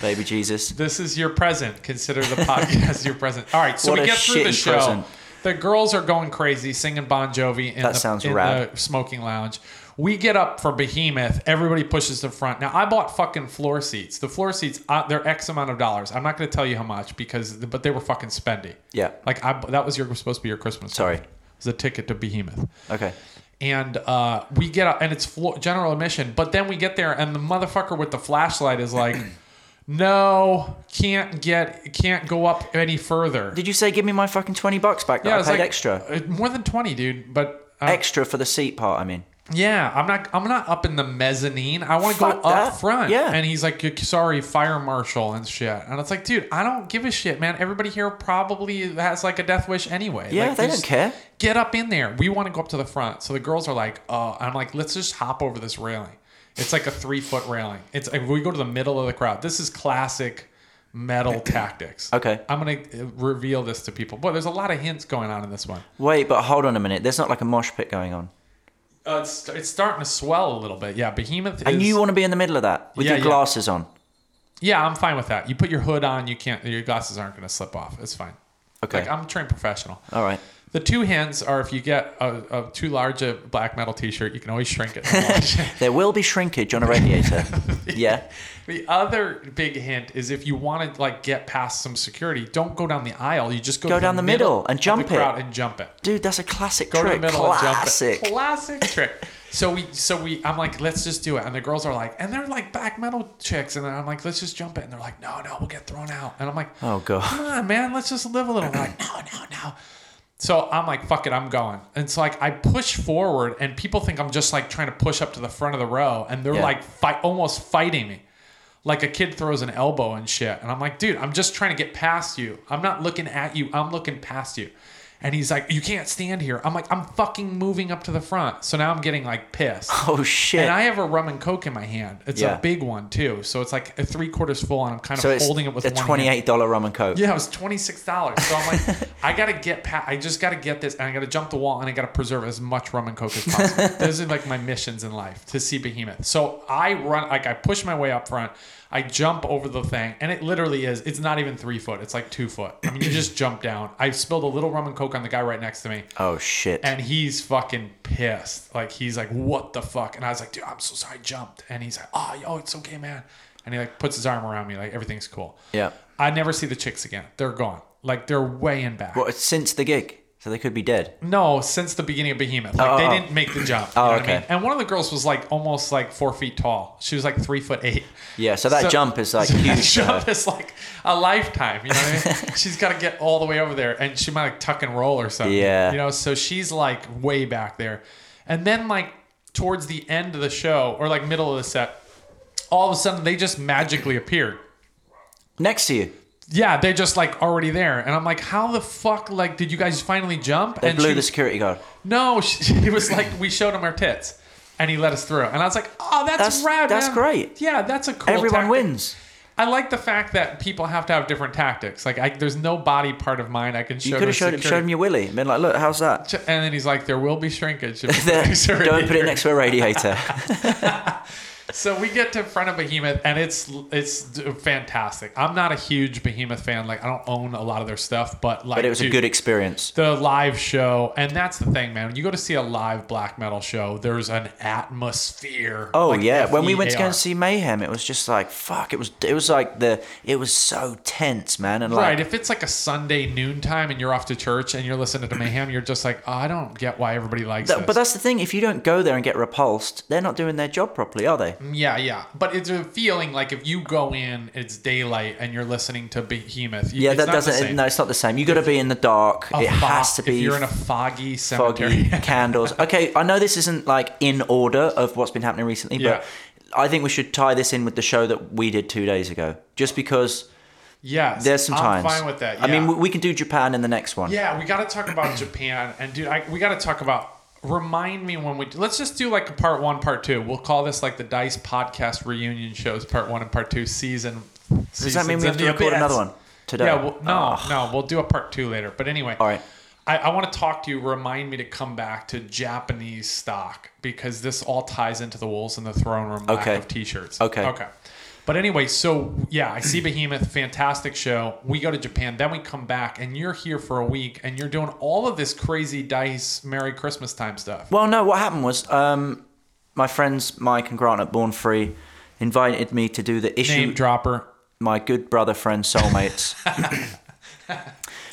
C: baby Jesus.
A: this is your present. Consider the
C: [LAUGHS]
A: podcast your present. All right, so
C: What
A: we
C: a
A: get through the
C: shitty
A: show.
C: present.
A: The girls are going crazy, singing Bon Jovi in,
C: That
A: the,
C: sounds
A: in
C: rad.
A: the smoking lounge. We get up for Behemoth. Everybody pushes to the front. Now I bought fucking floor seats. The floor seats, uh, they're X amount of dollars. I'm not going to tell you how much because, but they were fucking spendy.
C: Yeah.
A: Like I, that was your supposed to be your Christmas.
C: Sorry.
A: present. It was a ticket to Behemoth
C: Okay.
A: and uh, we get up and it's flo- general admission but then we get there and the motherfucker with the flashlight is like [CLEARS THROAT] no can't get can't go up any further
C: Did you say give me my fucking twenty bucks back that I
A: it's
C: paid
A: like,
C: extra,
A: uh, more than 20 dude but uh,
C: extra for the seat part? I mean,
A: Yeah, I'm not. I'm not up in the mezzanine. I want to go
C: Fuck
A: up
C: that.
A: front.
C: Yeah.
A: and he's like, "You're- "Sorry, fire marshal and shit." And it's like, dude, I don't give a shit, man. Everybody here probably has like a death wish anyway.
C: Yeah,
A: Like,
C: they
A: just
C: don't care.
A: Get up in there. We want to go up to the front. So the girls are like, "Oh," I'm like, "Let's just hop over this railing." It's like a three foot railing. It's if we go to the middle of the crowd. This is classic
C: [CLEARS THROAT]
A: metal tactics.
C: Okay.
A: I'm gonna uh, reveal this to people. Boy, there's a lot of hints going on in this one.
C: Wait, but hold on a minute. There's not like a mosh pit going on.
A: Uh, it's, it's starting to swell a little bit. Yeah, Behemoth.
C: And
A: is,
C: you want to be in the middle of that with
A: Yeah,
C: your
A: yeah.
C: glasses on.
A: Yeah, I'm fine with that. You put your hood on, you can't. Your glasses aren't going to slip off. It's fine.
C: Okay.
A: Like I'm a trained professional.
C: All right.
A: The two hints are if you get a, a too large a black metal T-shirt, you can always shrink
C: [LAUGHS]
A: it. and wash it.
C: There will be shrinkage on
A: [LAUGHS]
C: a radiator. yeah.
A: the other big hint is if you want to like get past some security, don't go down the aisle. You just go,
C: Go
A: to
C: down the middle and
A: of
C: jump
A: the
C: it.
A: crowd and jump it.
C: Dude, that's a classic
A: go to
C: trick.
A: the middle
C: classic.
A: and jump it. Classic trick. So we, so we, I'm like, let's just do it. And the girls are like, and they're like back metal chicks. And I'm like, let's just jump it. And they're like, no, no, we'll get thrown out. And I'm like,
C: Oh, God.
A: come on, man, let's just live a little. They're like, no, no, no. So I'm like, fuck it, I'm going. And so like I push forward, and people think I'm just like trying to push up to the front of the row, and they're
C: Yeah.
A: like fight, almost fighting me. Like a kid throws an elbow and shit, and I'm like, dude, I'm just trying to get past you. I'm not looking at you. I'm looking past you. And he's like, you can't stand here. I'm like, I'm fucking moving up to the front. So now I'm getting like
C: [LAUGHS]
A: pissed.
C: Oh, shit.
A: And I have a rum and coke in my hand. It's
C: Yeah.
A: a big one too. So it's like a three quarters full, and I'm kind of
C: so it's
A: holding it with
C: a
A: one hand.
C: $28 rum and coke.
A: Yeah, it was twenty six dollars. So I'm like, I gotta get past. I just gotta get this, and I gotta jump the wall, and I gotta preserve as much rum and coke as possible. Those are like my missions in life to see Behemoth. So I run, like I push my way up front. I jump over the thing, and it literally is. It's not even three foot. It's like two foot. I mean, you just jump down. I spilled a little rum and coke on the guy right next to me.
C: Oh, shit.
A: And he's fucking pissed. Like he's like, what the fuck? And I was like, dude, I'm so sorry, I jumped. And he's like, oh, yo, it's okay, man. And he like puts his arm around me, like everything's cool.
C: Yeah.
A: I never see the chicks again. They're gone. Like they're way in back.
C: Well, it's since the gig. So they could be dead.
A: No, since the beginning of Behemoth, like
C: Oh,
A: they
C: oh.
A: didn't make the jump.
C: Oh,
A: you know what I
C: okay.
A: mean? And one of the girls was like almost like four feet tall. She was like three foot eight.
C: Yeah, so that jump is like
A: so [LAUGHS] that
C: huge. for
A: jump
C: her.
A: is like a lifetime. You know what I
C: [LAUGHS]
A: mean? she's got to get all the way over there, and she might like tuck and roll or something.
C: Yeah.
A: You know, so she's like way back there, and then like towards the end of the show or like middle of the set, all of a sudden they just magically appeared.
C: Next to you.
A: Yeah, they're just like already there, and I'm like, how the fuck? Like, did you guys finally jump?
C: They
A: and
C: blew
A: she-
C: the security guard.
A: no, [LAUGHS] she, it was like we showed him our tits, and he let us through. And I was like, "Oh, that's,
C: That's-
A: rad.
C: that's
A: man.
C: great.
A: Yeah, that's a cool.
C: Everyone
A: tactic.
C: wins.
A: I like the fact that people have to have different tactics. Like, I, there's no body part of mine I can show.
C: You
A: to
C: could have showed him, showed him
A: security.
C: your willy and been like, look, how's
A: [LAUGHS]
C: that?
A: And then he's like, "There will be shrinkage."
C: [LAUGHS]
A: If [LAUGHS]
C: There,
A: it's already
C: Don't put it
A: here."
C: next to
A: [LAUGHS]
C: a radiator.
A: So we get to front of Behemoth, and it's it's d- fantastic. I'm not a huge Behemoth fan. Like, I don't own a lot of their stuff, but like,
C: but it was a
A: dude,
C: good experience.
A: the live show and that's the thing man when you go to see a live black metal show there's an atmosphere
C: Oh
A: like
C: yeah, when we went to go
A: F E A
C: and
A: R.
C: see Mayhem, it was just like fuck. It was it was like the it was so tense, man, and like
A: right if it's like a sunday noontime and you're off to church and you're listening
C: [CLEARS THROAT]
A: to mayhem you're just like oh, i don't get why everybody likes
C: Th-
A: this
C: but that's the thing. If you don't go there and get repulsed, they're not doing their job properly, are they?
A: yeah yeah but it's a feeling like if you go in it's daylight and you're listening to behemoth
C: Yeah,
A: it's
C: that
A: not the
C: doesn't.
A: same.
C: No, it's not the same. You got to be in the dark.
A: A
C: it
A: fog-
C: has to be
A: if you're in a foggy [LAUGHS] cemetery
C: foggy candles. Okay, I know this isn't like in order of what's been happening recently,
A: Yeah.
C: but I think we should tie this in with the show that we did two days ago, just because
A: yes
C: there's some
A: I'm
C: times.
A: fine with that
C: I mean,
A: yeah.
C: we, we can do Japan in the next one.
A: Yeah, we got to talk
C: [CLEARS THROAT]
A: about Japan, and dude, I, we got to talk about. Remind me when we let's just do like a part one, part two. We'll call this like the Dice Podcast reunion shows, part one and part two, season.
C: Does that mean we have to record another one today?
A: Yeah, well, no,
C: Oh,
A: no, we'll do a part two later. But anyway,
C: All right.
A: I, I want to talk to you. Remind me to come back to Japanese stock because this all ties into the Wolves in the Throne Room lack
C: Okay.
A: of T-shirts.
C: Okay.
A: Okay. But anyway, so yeah, I see Behemoth, fantastic show. We go to Japan, then we come back, and you're here for a week, and you're doing all of this crazy dice Merry Christmas time stuff.
C: Well, no, what happened was um, my friends Mike and Grant at Born Free invited me to do the issue.
A: Name dropper.
C: my good brother friend soulmates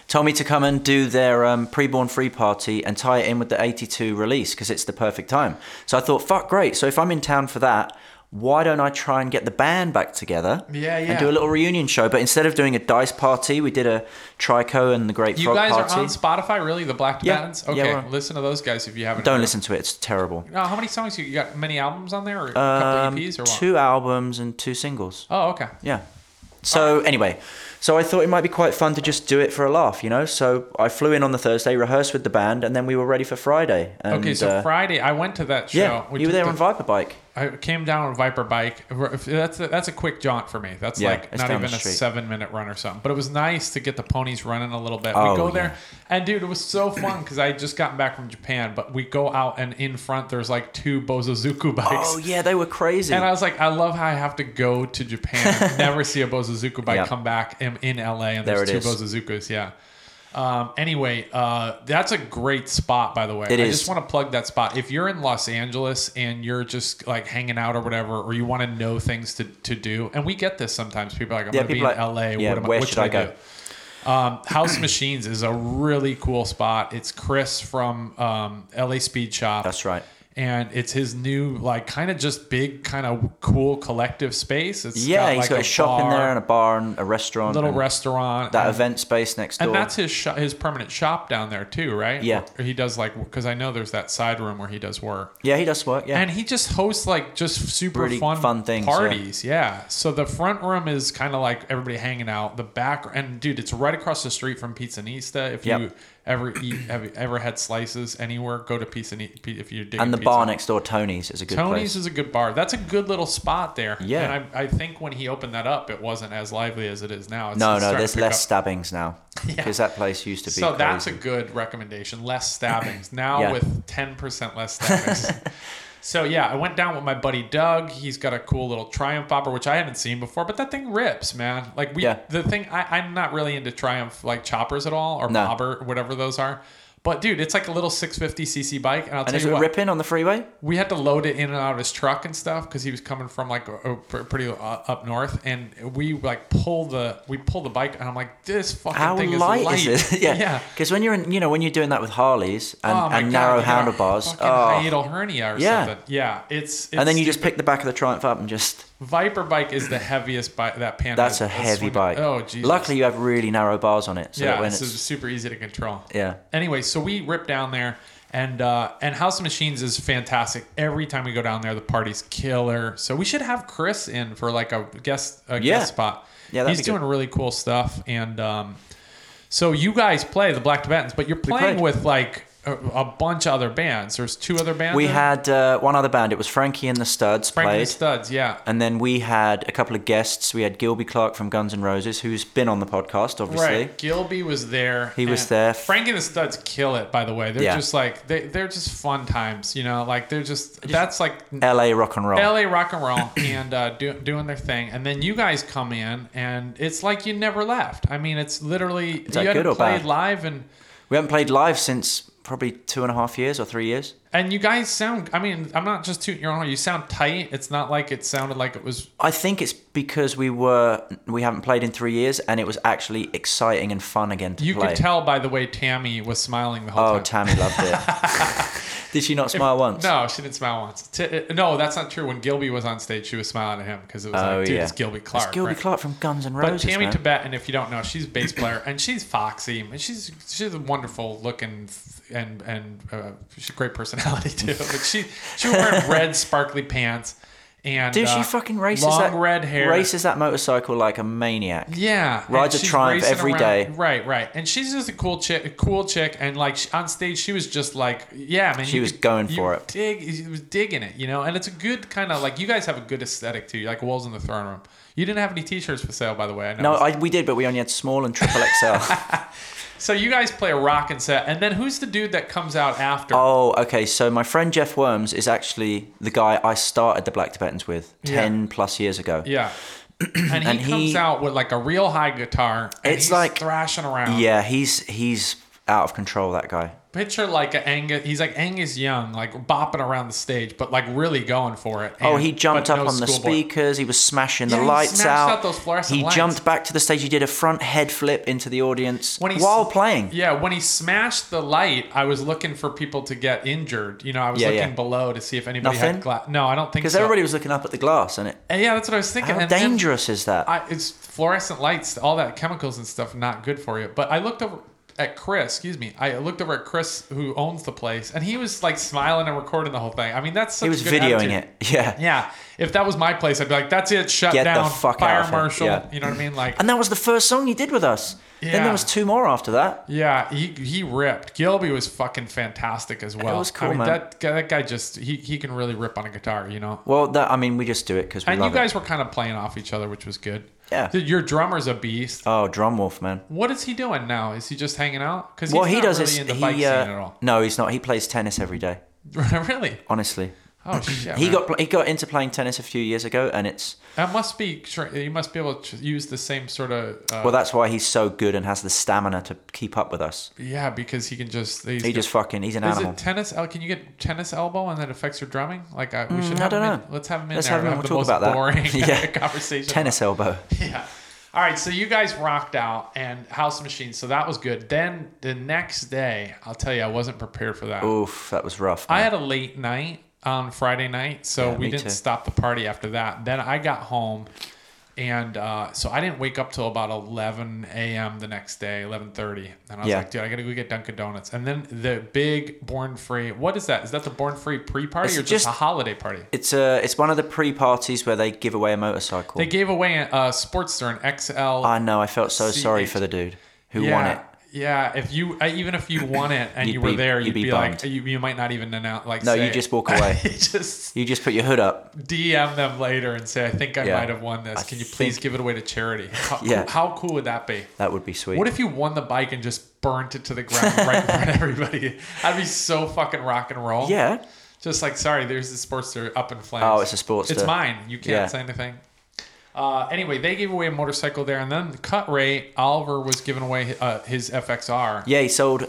C: told me to come and do their um, pre-born free party and tie it in with the 82 release because it's the perfect time so i thought fuck great so if i'm in town for that why don't I try and get the band back together?
A: Yeah, yeah.
C: And do a little reunion show. But instead of doing a dice party, we did a Trico and the Great
A: You
C: Frog
A: guys
C: party.
A: are on Spotify, really? The Black
C: Yeah.
A: Bands?
C: Yeah,
A: Okay,
C: we're on.
A: listen to those guys if you haven't.
C: don't listen to it; it's terrible.
A: Uh, how many songs you, you got? Many albums on there, or a
C: Um,
A: couple EPs, or what?
C: two albums and two singles.
A: Oh, okay.
C: Yeah. So anyway, so I thought it might be quite fun to just do it for a laugh, you know. So I flew in on the Thursday, rehearsed with the band, and then we were ready for Friday. And,
A: Okay, so
C: uh,
A: Friday I went to that show.
C: yeah,
A: We
C: you were
A: took
C: there
A: the-
C: on Viper Bike.
A: I came down on Viper bike. That's a, that's a quick jaunt for me. That's
C: Yeah,
A: like
C: it's
A: not
C: down
A: even a
C: the street.
A: seven minute run or something. But it was nice to get the ponies running a little bit.
C: Oh,
A: we go there, and dude, it was so fun because I had just gotten back from Japan. But we go out, and in front there's like two Bozozuku bikes.
C: Oh yeah, they were crazy.
A: And I was like, I love how I have to go to Japan,
C: [LAUGHS]
A: and never see a Bozozuku bike
C: Yeah.
A: come back in, in LA, and
C: There
A: there's two
C: it
A: Bozozukus. Yeah. Um, anyway, uh, that's a great spot, by the way.
C: It
A: I
C: is.
A: just want to plug that spot. If you're in Los Angeles and you're just like hanging out or whatever, or you want to know things to, to do, and we get this sometimes. People are like, I'm
C: Yeah,
A: going to be in
C: people are
A: LA.
C: like, yeah,
A: what am
C: where
A: I, what
C: should
A: should I
C: I go?
A: do? Um, House Machines is a really cool spot. It's Chris from um, LA Speed Shop
C: That's right.
A: and it's his new like kind of just big kind of cool collective space it's
C: yeah,
A: got,
C: he's
A: like,
C: got
A: a,
C: a, shop in
A: bar,
C: there and a bar and a restaurant.
A: little
C: and
A: restaurant
C: That
A: and,
C: event space next door.
A: and that's his sho- his permanent shop down there too right
C: Yeah.
A: Or he does like because i know there's that side room where he does work
C: yeah, he does work. Yeah,
A: and he just hosts like just super
C: Really
A: fun,
C: fun things, yeah.
A: parties yeah. so the front room is kind of like everybody hanging out the back and dude it's right across the street from pizza nista if
C: Yep.
A: you ever eat have you ever had slices anywhere go to pizza Ni- if you
C: and the bar next door, Tony's, is a good
A: Tony's
C: place.
A: is a good bar. That's a good little spot there.
C: Yeah.
A: And I, I think when he opened that up, it wasn't as lively as it is now. It's
C: No,
A: it's
C: no,
A: starting
C: there's
A: to pick
C: less
A: up.
C: stabbings [LAUGHS] now because that place used to be.
A: So that's a
C: crazy.
A: good recommendation.
C: [CLEARS THROAT]
A: Less stabbings. Now
C: Yeah.
A: with 10% less
C: [LAUGHS]
A: stabbings. so yeah, I went down with my buddy Doug. He's got a cool little Triumph Opera, which I haven't seen before, but that thing rips, man. Like we,
C: Yeah.
A: the thing, I, I'm not really into Triumph like choppers at all or
C: No.
A: bobber, whatever those are. But dude, it's like a little 650cc bike. And I'll
C: And
A: tell
C: is
A: you
C: it
A: what,
C: ripping on the freeway?
A: we had to load it in and out of his truck and stuff because he was coming from like a, a pr- pretty uh, up north, and we like pull the we pull the bike, and I'm like, this fucking
C: How
A: thing
C: light,
A: is light.
C: is it? [LAUGHS]
A: yeah.
C: Because when you're in, you know, when you're doing that with Harleys and,
A: Oh my
C: and
A: God,
C: narrow
A: you got a
C: handlebars,
A: fucking
C: oh,
A: hiatal hernia or
C: Yeah.
A: something. Yeah, it's, it's
C: and then you just pick the back of the Triumph up and just.
A: Viper bike is the heaviest bike that pan.
C: That's
A: has-
C: a
A: has
C: heavy
A: swing-
C: bike.
A: Oh Jesus!
C: Luckily, you have really narrow bars on it, so that
A: yeah,
C: when
A: so
C: it's
A: it's super easy to control.
C: yeah,
A: Anyway, so we rip down there, and uh, and House of Machines is fantastic. Every time we go down there, the party's killer. So we should have Chris in for like a guest a
C: Yeah.
A: guest spot.
C: Yeah, that'd
A: he's
C: be good.
A: doing really cool stuff. And um, so you guys play the Black Tibetans, but you're playing
C: played.
A: with like a, a bunch of other bands. There's two other bands.
C: we
A: in?
C: had uh, one other band. It was Frankie and the Studs
A: Frank and the
C: played,
A: Studs. Yeah,
C: and then we had a couple of guests. We had Gilby Clark from Guns N' Roses, who's been on the podcast, obviously.
A: Right. Gilby was there.
C: He was
A: and
C: there.
A: Frank and the Studs kill it, by the way. They're
C: Yeah.
A: just like they, they're just fun times, you know. Like they're just that's like
C: L.A. rock and roll.
A: LA rock and roll and uh, do, doing their thing, and then you guys come in, and it's like you never left. I mean, it's literally
C: that
A: you hadn't
C: good or
A: played
C: bad?
A: live, and
C: we haven't played live since probably two and a half years or three years.
A: and you guys sound. I mean, I'm not just tooting your own. horn. You sound tight. It's not like it sounded like it was.
C: I think it's because we were we haven't played in three years, and it was actually exciting and fun again to
A: You
C: play.
A: could tell by the way Tammy was smiling the whole
C: Oh,
A: time.
C: Tammy loved it.
A: [LAUGHS]
C: Did she not smile once?
A: No, she didn't smile once. T- uh, no, that's not true. When Gilby was on stage, she was smiling at him because it was
C: Oh,
A: like, dude,
C: yeah.
A: it's Gilby Clark.
C: It's Gilby
A: right?
C: Clark from Guns N'
A: But
C: Roses.
A: Tammy
C: man.
A: Tibet, and if you don't know, she's a bass player, and she's foxy, and she's she's a wonderful looking th- and and uh, she's a great personality [LAUGHS] too. But she she was
C: [LAUGHS]
A: wearing red sparkly pants, and
C: Dude,
A: uh,
C: she fucking races
A: long
C: that
A: red hair.
C: Races that motorcycle like a maniac.
A: Yeah, and
C: Rides a
A: she's
C: Triumph
A: racing
C: every
A: around-
C: day.
A: Right, right, and she's just a cool chick, a cool chick, and like she- on stage, she was just like, yeah, man.
C: She
A: you
C: was
A: could-
C: going
A: you
C: for it.
A: Dig, she was digging it, you know. And it's a good kind of like you guys have a good aesthetic too, like Wolves in the Throne Room. You didn't have any T-shirts for sale, by the way. I know.
C: No, I, we did, but we only had small and triple XL.
A: [LAUGHS] So you guys play a rockin' set, and then who's the dude that comes out after?
C: oh, okay. So my friend Jeff Worms is actually the guy I started the Black Tibetans with
A: Yeah.
C: ten plus years ago. [CLEARS THROAT]
A: Yeah. And he
C: And
A: comes
C: he-
A: out with like a real high guitar. And
C: It's
A: he's
C: like-
A: thrashing around.
C: Yeah, he's he's out of control. That guy.
A: picture like a Angus. He's like Angus Young, like bopping around the stage, but like really going for it.
C: Oh,
A: And-
C: he jumped
A: but
C: up
A: no
C: on the
A: schoolboy.
C: speakers. He was smashing
A: Yeah,
C: the
A: he
C: lights
A: smashed
C: out.
A: out those fluorescent
C: he
A: lights.
C: jumped back to the stage. He did a front head flip into the audience
A: When he s-
C: while playing.
A: Yeah, when he smashed the light, I was looking for people to get injured. You know, I was
C: Yeah,
A: looking
C: yeah.
A: below to see if anybody
C: Nothing?
A: had glass. No, I don't think
C: Because
A: so.
C: everybody was looking up at the glass, and it
A: And yeah, that's what I was thinking.
C: how
A: and, and-
C: dangerous is that?
A: I, it's fluorescent lights, all that chemicals and stuff, not good for you. But I looked over at Chris, excuse me. I looked over at Chris, who owns the place, and he was like smiling and recording the whole thing. I mean, that's such
C: he was
A: a good
C: videoing
A: attitude.
C: it. [LAUGHS] Yeah.
A: Yeah, if that was my place, I'd be like, "That's it, shut
C: Get the
A: down,
C: fuck out
A: fire
C: of here.
A: marshal."
C: Yeah.
A: You know what I mean? Like,
C: And that was the first song he did with us. Then
A: Yeah.
C: there was two more after that.
A: yeah, he he ripped. Gilby was fucking fantastic as well.
C: was cool,
A: I mean,
C: man.
A: that guy, that guy just he he can really rip on a guitar, you know.
C: Well, that I mean, we just do it because we
A: And
C: love
A: you guys
C: it.
A: were kind of playing off each other, which was good.
C: Yeah.
A: Dude, your drummer's a beast.
C: Oh, Drumwolf, man.
A: What is he doing now? Is he just hanging out? Because
C: What he does
A: really
C: is
A: in the
C: he.
A: bike scene
C: uh,
A: at all. [LAUGHS]
C: No, he's not. He plays tennis every day.
A: really?
C: Honestly, [CLEARS THROAT]
A: Oh shit!
C: he
A: man.
C: got he got into playing tennis a few years ago, and it's
A: that must be. tr- You must be able to use the same sort of. Uh,
C: well, that's why he's so good and has the stamina to keep up with us.
A: yeah, because he can just. He's
C: He
A: got-
C: just fucking he's an
A: Is
C: animal.
A: it tennis? el- Can you get tennis elbow and that affects your drumming? Like I, we should.
C: Mm, I
A: Have
C: don't
A: him in-
C: know.
A: let's have him in
C: Let's
A: there.
C: have him
A: We'll
C: and
A: the
C: we'll
A: most
C: talk about that.
A: boring
C: [LAUGHS] Yeah.
A: [LAUGHS] conversation.
C: tennis elbow.
A: Yeah. All right, so you guys rocked out and House Machines, so that was good. Then the next day, I'll tell you, I wasn't prepared for that.
C: Oof, that was rough.
A: I
C: man.
A: had a late night on Friday night, so
C: Yeah,
A: we
C: me
A: didn't
C: too.
A: stop the party after that. Then I got home, and uh, so I didn't wake up till about 11 a.m. the next day, 11:30, and I was
C: Yeah.
A: like, dude, I gotta go get Dunkin' Donuts. And then the big Born Free, what is that? Is that the Born Free pre-party
C: It's
A: or just,
C: just-
A: a holiday party?
C: it's a it's one of the pre parties where they give away a motorcycle.
A: They gave away a, a Sportster, an XL.
C: I know. I felt so sorry
A: C8.
C: for the dude who
A: yeah,
C: won it.
A: Yeah, if you uh, even if you won it and
C: You'd
A: you were
C: be-
A: there,
C: you'd
A: you'd,
C: be
A: be, like,
C: bummed.
A: you, you might not even announce like.
C: No, you
A: say-
C: just walk away.
A: [LAUGHS] you just
C: You just put your hood up.
A: DM them later and say, I think I
C: Yeah.
A: might have won this.
C: I
A: Can you please
C: think-
A: give it away to charity? How,
C: [LAUGHS] Yeah.
A: how cool would that be?
C: That would be sweet.
A: What if you won the bike and just burnt it to the ground right in front of
C: [LAUGHS]
A: everybody? That'd be so fucking rock and roll.
C: yeah.
A: Just like, sorry, there's the Sportster up in flames.
C: Oh, it's a Sportster.
A: It's mine. You can't
C: Yeah.
A: say anything. Uh, anyway, they gave away a motorcycle there, and then the cut rate, Oliver was giving away uh, his FXR.
C: Yeah, he sold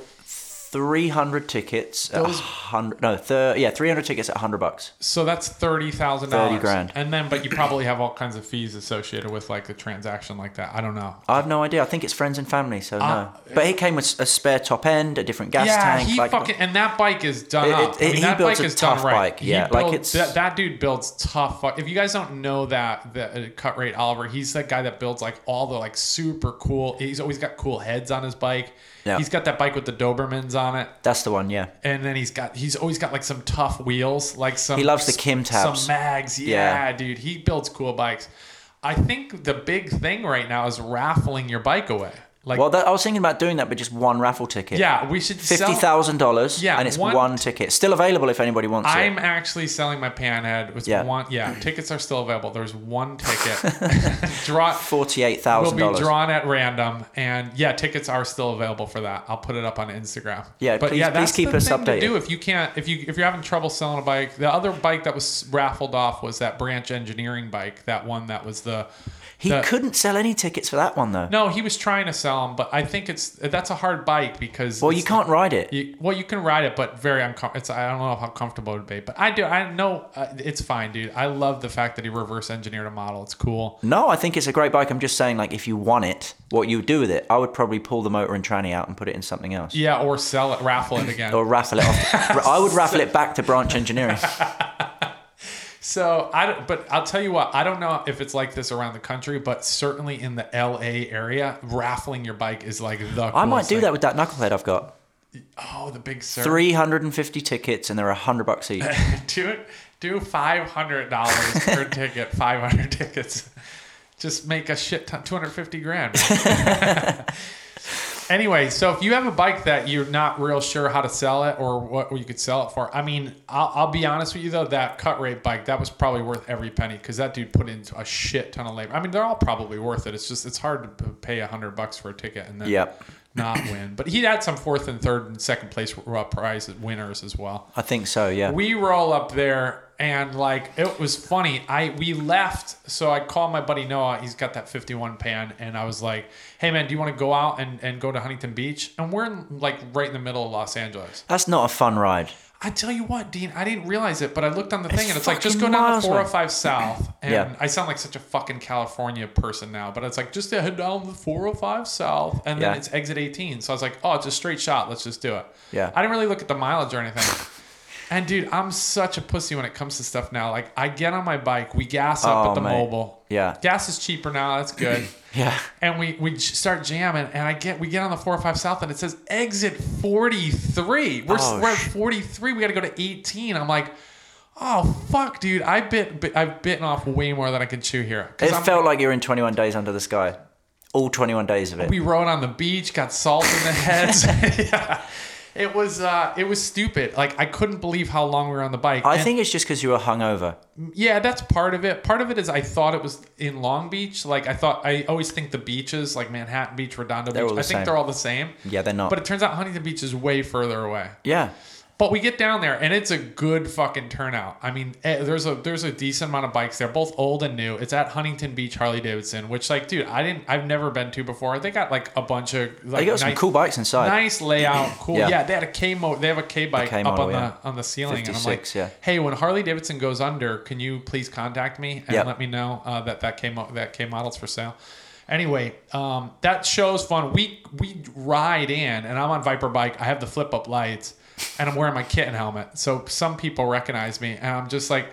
C: 300 tickets at
A: Those-
C: 100 no, thir- yeah, 300 tickets at 100 bucks.
A: So that's thirty thousand dollars.
C: 30 grand.
A: And then, but you
C: [CLEARS THROAT]
A: probably have all kinds of fees associated with like a transaction like that. I don't know.
C: I have no idea. I think it's friends and family, so
A: Uh,
C: no. But he came with a spare top end, a different gas
A: yeah,
C: tank.
A: he
C: like-
A: fucking and that bike is done
C: It-
A: up.
C: it-
A: I mean,
C: he
A: that
C: builds
A: bike
C: a
A: is done
C: tough
A: right.
C: bike,
A: He
C: yeah, like
A: builds-
C: it's-
A: that, that dude builds tough. Fuck. If you guys don't know that, the uh, cut rate Oliver, he's that guy that builds like all the like super cool. He's always got cool heads on his bike.
C: Yeah.
A: He's got that bike with the Dobermans on it,
C: That's the one, yeah.
A: and then he's got he's always got like some tough wheels, like some.
C: He loves the Kim tabs.
A: Some mags, yeah,
C: Yeah.
A: dude. He builds cool bikes. I think the big thing right now is raffling your bike away. Like,
C: Well, that, I was thinking about doing that, but just one raffle ticket.
A: yeah, we should sell-
C: Fifty thousand dollars,
A: Yeah,
C: and it's
A: one-
C: one, ticket. Still available if anybody wants
A: I'm
C: it.
A: actually selling my panhead. It's
C: Yeah.
A: one.
C: [CLEARS THROAT]
A: Yeah, tickets are still available. There's one
C: [LAUGHS]
A: ticket. Draw
C: Forty-eight
A: will
C: thousand
A: be
C: dollars.
A: drawn at random, and yeah, tickets are still available for that. I'll put it up on Instagram.
C: Yeah,
A: but
C: please-
A: yeah,
C: please
A: that's
C: keep
A: the
C: us
A: thing to
C: updated.
A: do if you can't if you if you're having trouble selling a bike. The other bike that was raffled off was that Branch Engineering bike. That one that was the
C: He
A: the-
C: couldn't sell any tickets for that one though.
A: No, he was trying to sell them, but I think it's that's a hard bike because
C: well, you
A: it's-
C: can't ride it.
A: you- well, you can ride it, but very uncomfortable. It's I don't know how comfortable it would be, but I do. I know uh, it's fine, dude. I love the fact that he reverse engineered a model. It's cool.
C: No, I think it's a great bike. I'm just saying, like, if you want it, what you would do with it, I would probably pull the motor and tranny out and put it in something else.
A: Yeah, or sell it, raffle it again.
C: [LAUGHS] Or raffle it
A: [LAUGHS]
C: off. I would raffle it back to branch engineering.
A: So I, don't- but I'll tell you what, I don't know if it's like this around the country, but certainly in the L.A. area, raffling your bike is like the.
C: I might
A: coolest
C: do
A: thing.
C: that with that knucklehead I've got.
A: Oh, the big sir.
C: 350 tickets and they're 100 bucks each.
A: [LAUGHS] do it. Do five hundred dollars per ticket. Five hundred [LAUGHS] tickets. Just make a shit ton. Two hundred fifty grand. man. anyway, so if you have a bike that you're not real sure how to sell it or what you could sell it for, I mean, I'll, I'll be honest with you though, that cut rate bike that was probably worth every penny because that dude put in a shit ton of labor. I mean, they're all probably worth it. It's just it's hard to p- pay a hundred bucks for a ticket and then
C: Yep.
A: not win. But he had some fourth and third and second place uh, prize winners as well.
C: I think so, yeah.
A: We roll up there and like it was funny. I we left, so I called my buddy Noah. He's got that 51 pan, and I was like, "Hey man, do you want to go out and and go to Huntington Beach?" And we're in, like right in the middle of Los Angeles.
C: That's not a fun ride.
A: I tell you what, Dean, I didn't realize it, but I looked on the thing and it's like just go
C: fucking
A: down
C: miles
A: the 405
C: away.
A: South. And
C: [LAUGHS] Yeah.
A: I sound like such a fucking California person now, but it's like just head down the 405 South and
C: Yeah.
A: then it's exit 18. So I was like, oh, it's a straight shot. Let's just do it.
C: Yeah.
A: I didn't really look at the mileage or anything. and dude, I'm such a pussy when it comes to stuff now. Like I get on my bike, we gas up
C: Oh,
A: at the
C: mate.
A: mobile.
C: Yeah.
A: Gas is cheaper now. That's good.
C: [CLEARS THROAT] Yeah.
A: And we, we j- start jamming, and I get we get on the 405 South, and it says exit 43. We're, s-
C: Oh,
A: we're at
C: sh-
A: 43. We got to go to 18. I'm like, oh fuck, dude. I bit, bit I've bitten off way more than I can chew here. 'Cause
C: It
A: I'm-
C: felt like you were in 21 Days Under the Sky. All 21 days of it.
A: we rode on the beach, got salt in
C: [LAUGHS]
A: the heads. [LAUGHS] yeah. It was uh, it was stupid. Like I couldn't believe how long we were on the bike.
C: I
A: And-
C: think it's just because you were hungover.
A: Yeah, that's part of it. Part of it is I thought it was in Long Beach. Like I thought, I always think the beaches, like Manhattan Beach, Redondo
C: They're
A: Beach,
C: all
A: I
C: the
A: think
C: same.
A: they're all the same.
C: Yeah, they're not.
A: But it turns out Huntington Beach is way further away.
C: Yeah.
A: But we get down there, and it's a good fucking turnout. I mean, eh, there's a there's a decent amount of bikes there, both old and new. It's at Huntington Beach Harley Davidson, which like, dude, I didn't, I've never been to before. They got like a bunch of like
C: They got some
A: nice-
C: cool bikes inside.
A: Nice layout, cool. Yeah.
C: Yeah.
A: they had a K mode. They have a K bike
C: K
A: up
C: model,
A: on
C: yeah.
A: the on the ceiling, and I'm like,
C: 56, yeah.
A: hey, when Harley Davidson goes under, can you please contact me and
C: Yep.
A: let me know uh, that that K mo- that K model's for sale. Anyway, um, that show's fun. We we ride in, and I'm on Viper bike. I have the flip up lights, and I'm wearing my kitten helmet. So some people recognize me, and I'm just like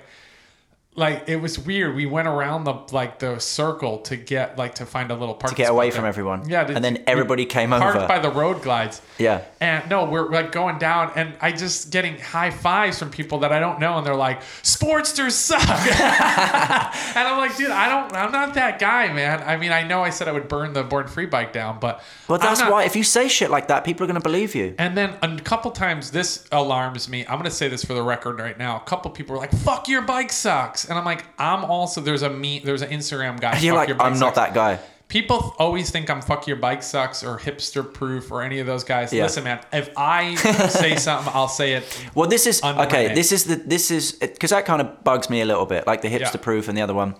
A: like it was weird. We went around the like the circle to get like to find a little park to
C: get away from everyone.
A: Yeah,
C: And then
A: we
C: everybody came
A: parked
C: over.
A: by the road glides.
C: uh, Yeah.
A: and no, we're like going down, and I just getting high fives from people that I don't know, and they're like, "Sportsters suck," [LAUGHS] and I'm like, "Dude, I don't. I'm not that guy, man. I mean, I know I said I would burn the born free bike down, but
C: But
A: I'm
C: that's
A: not-
C: why, if you say shit like that, people are going to believe you.
A: and then a couple times this alarms me. I'm gonna say this for the record right now. A couple people were like, "Fuck your bike sucks," and I'm like, "I'm also there's a me there's an Instagram guy."
C: And you're
A: "Fuck
C: like,
A: your bike
C: I'm not
A: sucks."
C: that guy.
A: People th- always think I'm "fuck your bike sucks" or "hipster proof" or any of those guys.
C: Yeah.
A: Listen, man, if
C: [LAUGHS]
A: I say something, I'll say it.
C: Well, this is
A: Under my
C: okay.
A: name.
C: This is the this is because that kind of bugs me a little bit, like the hipster proof and the other one.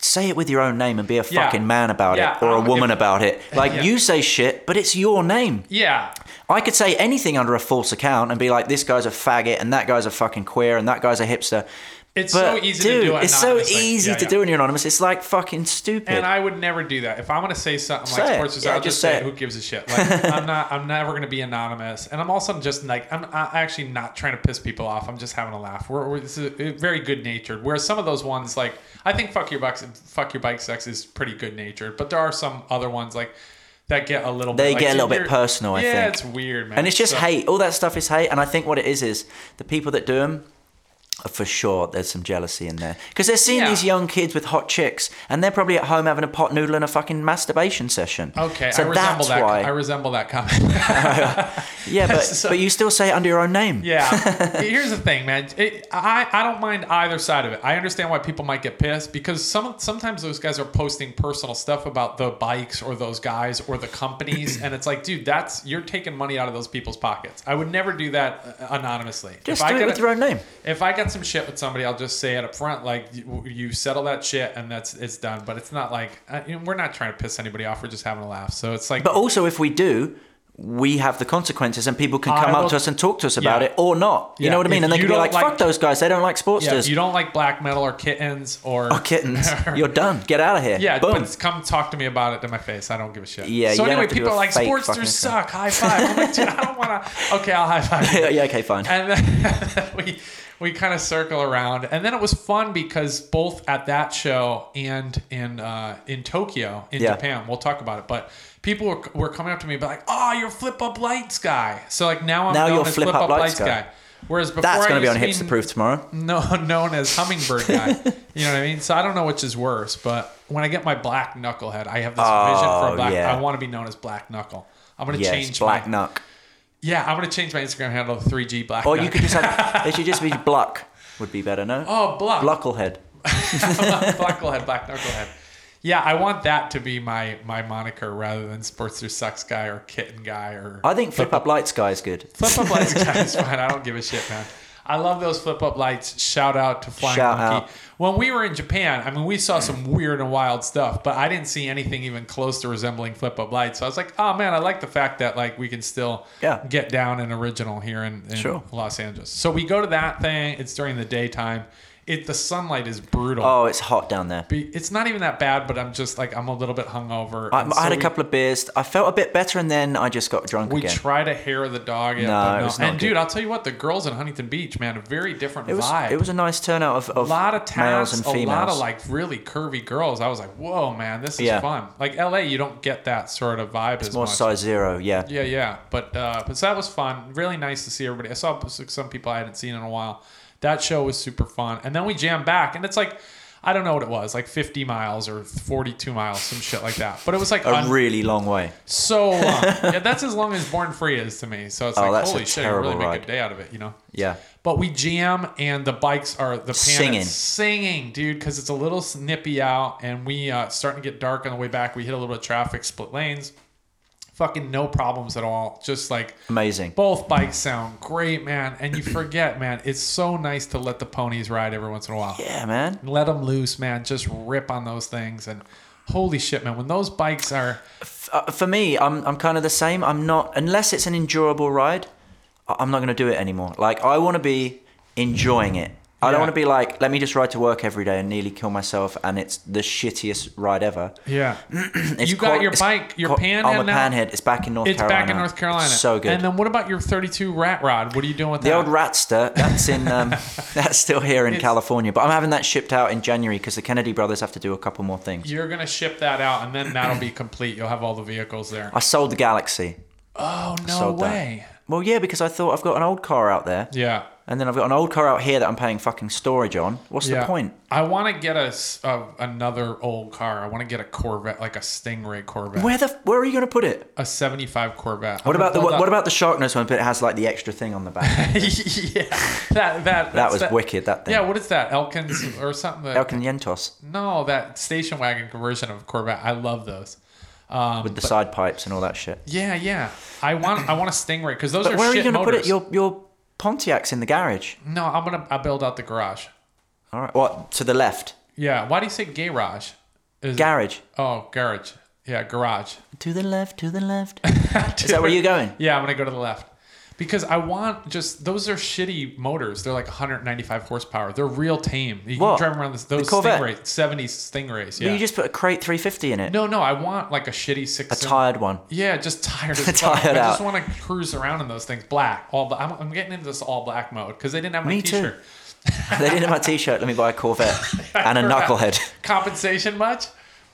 C: Say it with your own name and be a
A: Yeah.
C: fucking man about
A: Yeah,
C: it or
A: I
C: a
A: don't
C: woman
A: give-
C: about it.
A: [LAUGHS]
C: Like
A: Yeah.
C: you say shit, but it's your name.
A: Yeah,
C: I could say anything under a false account and be like, this guy's a faggot and that guy's a fucking queer and that guy's a hipster.
A: It's
C: But,
A: so easy to
C: dude,
A: do
C: It's so
A: anonymously.
C: easy
A: Yeah,
C: to
A: yeah.
C: do when you're anonymous. It's like fucking stupid.
A: and I would never do that. If I'm gonna say something
C: Say
A: like
C: it.
A: sports is
C: Yeah,
A: I'll just
C: just
A: say
C: say
A: it.
C: it.
A: who gives a
C: [LAUGHS]
A: shit. Like I'm not I'm never gonna be anonymous. And I'm also just like I'm, i actually not trying to piss people off. I'm just having a laugh. We're, we're this is uh, very good natured. Whereas some of those ones like I think fuck your bucks fuck your bike sex is pretty good natured, but there are some other ones like that get a little bit,
C: They
A: like,
C: get a little bit
A: you're-
C: personal, I
A: yeah,
C: think.
A: it's weird, man.
C: And it's just
A: So-
C: hate. All that stuff is hate. And I think what it is is the people that do them, for sure, there's some jealousy in there because they're seeing
A: Yeah.
C: these young kids with hot chicks, and they're probably at home having a pot noodle and a fucking masturbation session.
A: Okay,
C: so
A: I resemble
C: that's
A: that.
C: why.
A: I resemble that comment. [LAUGHS]
C: yeah, but
A: so-
C: but you still say it under your own name.
A: Yeah. Here's the thing, man. It, I, I don't mind either side of it. I understand why people might get pissed because some sometimes those guys are posting personal stuff about the bikes or those guys or the companies, and it's like, dude, that's you're taking money out of those people's pockets. I would never do that uh, anonymously.
C: Just
A: I
C: do it
A: get
C: with your own name.
A: If I got some shit with somebody, I'll just say it up front, like you, you settle that shit and that's it's done. But it's not like I, you know, we're not trying to piss anybody off. We're just having a laugh. So it's like,
C: But also, if we do. We have the consequences, and people can
A: I
C: come
A: will-
C: up to us and talk to us about
A: Ah, Yeah.
C: it or not. You
A: Yeah,
C: know what I
A: if
C: mean? And they
A: you
C: can be
A: don't
C: like,
A: like-
C: "Fuck those guys! They don't like
A: yeah, if
C: sportsters
A: you don't like black metal or kittens or
C: or Oh,
A: [LAUGHS]
C: kittens. You're done. Get out of here.
A: Yeah,
C: boom."
A: but come talk to me about it to my face. I don't give a shit.
C: Yeah, you
A: So
C: don't
A: anyway,
C: have to do
A: people
C: a
A: are like,
C: fake
A: "Sportsters
C: fucking
A: suck." High five. I'm like, dude, I don't
C: [LAUGHS]
A: want to. Okay, I'll high five. you.
C: yeah, okay, fine.
A: And then [LAUGHS] we we kind of circle around, and then it was fun because both at that show and in uh, in Tokyo in
C: Yeah.
A: Japan, we'll talk about it. But people were, were coming up to me, but like, "Oh, you're flip up lights guy." So like now I'm
C: Now
A: known
C: you're
A: as
C: Flip Up Lights guy.
A: Whereas before
C: That's
A: I
C: going to be on
A: used
C: Hipster Proof tomorrow.
A: no, [LAUGHS] known as hummingbird guy. you know what I mean? So I don't know which is worse, but when I get my black knucklehead, I have this vision for
C: Oh,
A: black.
C: yeah.
A: I want to be known as black knuckle. I'm gonna
C: Yes,
A: change
C: Black
A: my
C: Knuck.
A: yeah. I'm gonna change my Instagram handle to 3G black.
C: Or
A: Knuck.
C: Oh, you could just have. it should just be Bluck. Would be better, no?
A: [LAUGHS] oh black [LAUGHS]
C: Blucklehead. [LAUGHS]
A: knucklehead, black knucklehead. Yeah, I want that to be my my moniker rather than Sportster Sucks guy or Kitten guy or
C: I think Flip Up Lights guy is good.
A: [LAUGHS] Flip up lights guy is fine. I don't give a shit, man. I love those flip up lights. Shout out to Flying
C: Shout
A: Monkey.
C: out.
A: When we were in Japan, I mean, we saw some weird and wild stuff, but I didn't see anything even close to resembling flip up lights. So I was like, oh man, I like the fact that like we can still
C: Yeah.
A: get down and original here in, in
C: Sure.
A: Los Angeles. So we go to that thing. It's during the daytime. It the sunlight is brutal.
C: Oh, it's hot down there.
A: Be- It's not even that bad, but I'm just like I'm a little bit hungover.
C: I,
A: and
C: I had
A: so
C: a
A: we-
C: couple of beers. I felt a bit better, and then I just got drunk
A: We
C: again.
A: tried to hair the dog. in,
C: No,
A: but
C: it was not
A: and
C: good.
A: dude, I'll tell you what, the girls in Huntington Beach, man, a very different
C: it was
A: vibe.
C: it was a nice turnout of,
A: a
C: of
A: lot of
C: males
A: tats,
C: and
A: a
C: females.
A: lot of like really curvy girls. I was like, whoa, man, this is
C: Yeah.
A: fun. Like LA, you don't get that sort of vibe as
C: more
A: much.
C: size zero. Yeah.
A: Yeah, yeah, but uh, but so that was fun. Really nice to see everybody. I saw some people I hadn't seen in a while. That show was super fun. And then we jammed back, and it's like I don't know what it was, like 50 miles or 42 miles, some shit like that. But it was like
C: a
A: un-
C: really long way.
A: so long.
C: [LAUGHS]
A: yeah, that's as long as Born Free is to me. So it's
C: Oh,
A: like
C: that's a
A: holy shit, you really
C: terrible
A: make a
C: ride.
A: day out of it, you know.
C: Yeah.
A: But we jam and the bikes are the singing,
C: Singing.
A: singing, dude, because it's a little snippy out and we uh, it's starting to get dark on the way back. We hit a little bit of traffic, split lanes, fucking no problems at all. Just like
C: Amazing.
A: both bikes sound great, man. And you forget, man, it's so nice to let the ponies ride every once in a while.
C: Yeah, man.
A: Let them loose, man. Just rip on those things and holy shit, man. When those bikes are
C: F- uh, For me, I'm I'm kind of the same. I'm not unless it's an endurable ride. I- I'm not going to do it anymore. Like I want to be enjoying it. I
A: Yeah.
C: don't want to be like, let me just ride to work every day and nearly kill myself, and it's the shittiest ride ever.
A: yeah. [CLEARS THROAT]
C: It's
A: You got
C: called-
A: your
C: it's
A: bike, your
C: called-
A: Panhead
C: On the
A: now?
C: panhead, it's back in North
A: It's
C: Carolina.
A: back in North Carolina.
C: It's so good.
A: And then what about your 32 Rat Rod? What are you doing with
C: The
A: that?
C: old Ratster, that's in
A: [LAUGHS]
C: um, [LAUGHS] that's still here in
A: It's-
C: California, but I'm having that shipped out in January because the Kennedy brothers have to do a couple more things.
A: You're gonna ship that out, and then that'll be complete. You'll have all the vehicles there.
C: I sold the Galaxy.
A: Oh no
C: sold that.
A: way!
C: Well, yeah, because I thought I've got an old car out there,
A: Yeah,
C: and then I've got an old car out here that I'm paying fucking storage on. What's
A: yeah.
C: the point?
A: I want to get a, s- a- another old car. I want to get a Corvette, like a Stingray Corvette,
C: Where the f- where are you going to put it?
A: a '75 Corvette.
C: What about the what, what about the Sharkness one? But it has like the extra thing on the
A: [LAUGHS]
C: back.
A: yeah, that that
C: that
A: that's
C: was wicked. That thing.
A: Yeah, what is that? Elkins or something? that-
C: Elkin Yentos
A: no, that station wagon conversion of Corvette. I love those. Um,
C: with the side pipes and all that shit.
A: yeah, yeah. I want I want a Stingray because those
C: But
A: are
C: where are you
A: shit
C: going to put
A: motors.
C: it? Your your Pontiac's in the garage.
A: No, I'm gonna I build out the garage.
C: All right. What to the left?
A: Yeah. Why do you say garage? Is
C: Garage.
A: Oh, garage. Yeah, garage.
C: To the left. To the left.
A: [LAUGHS]
C: Is that where you're going?
A: Yeah, I'm gonna go to the left because I want just those are shitty motors. They're like 195 horsepower. They're real tame. You
C: What?
A: can drive around this, those
C: Corvette?
A: Stingrays, 70s Stingrays.
C: But
A: Yeah.
C: You just put a crate 350 in it.
A: no, no, I want like a shitty six.
C: A tired one.
A: Yeah, just
C: [LAUGHS]
A: tired. As fuck.
C: Tired
A: I just
C: out.
A: want to cruise around in those things, black. All bla- I'm, I'm getting into this all black mode because they didn't have my
C: Me too.
A: t-shirt.
C: they didn't have my T-shirt. Let me buy a Corvette
A: [LAUGHS]
C: and a
A: Corvette.
C: knucklehead.
A: Compensation much?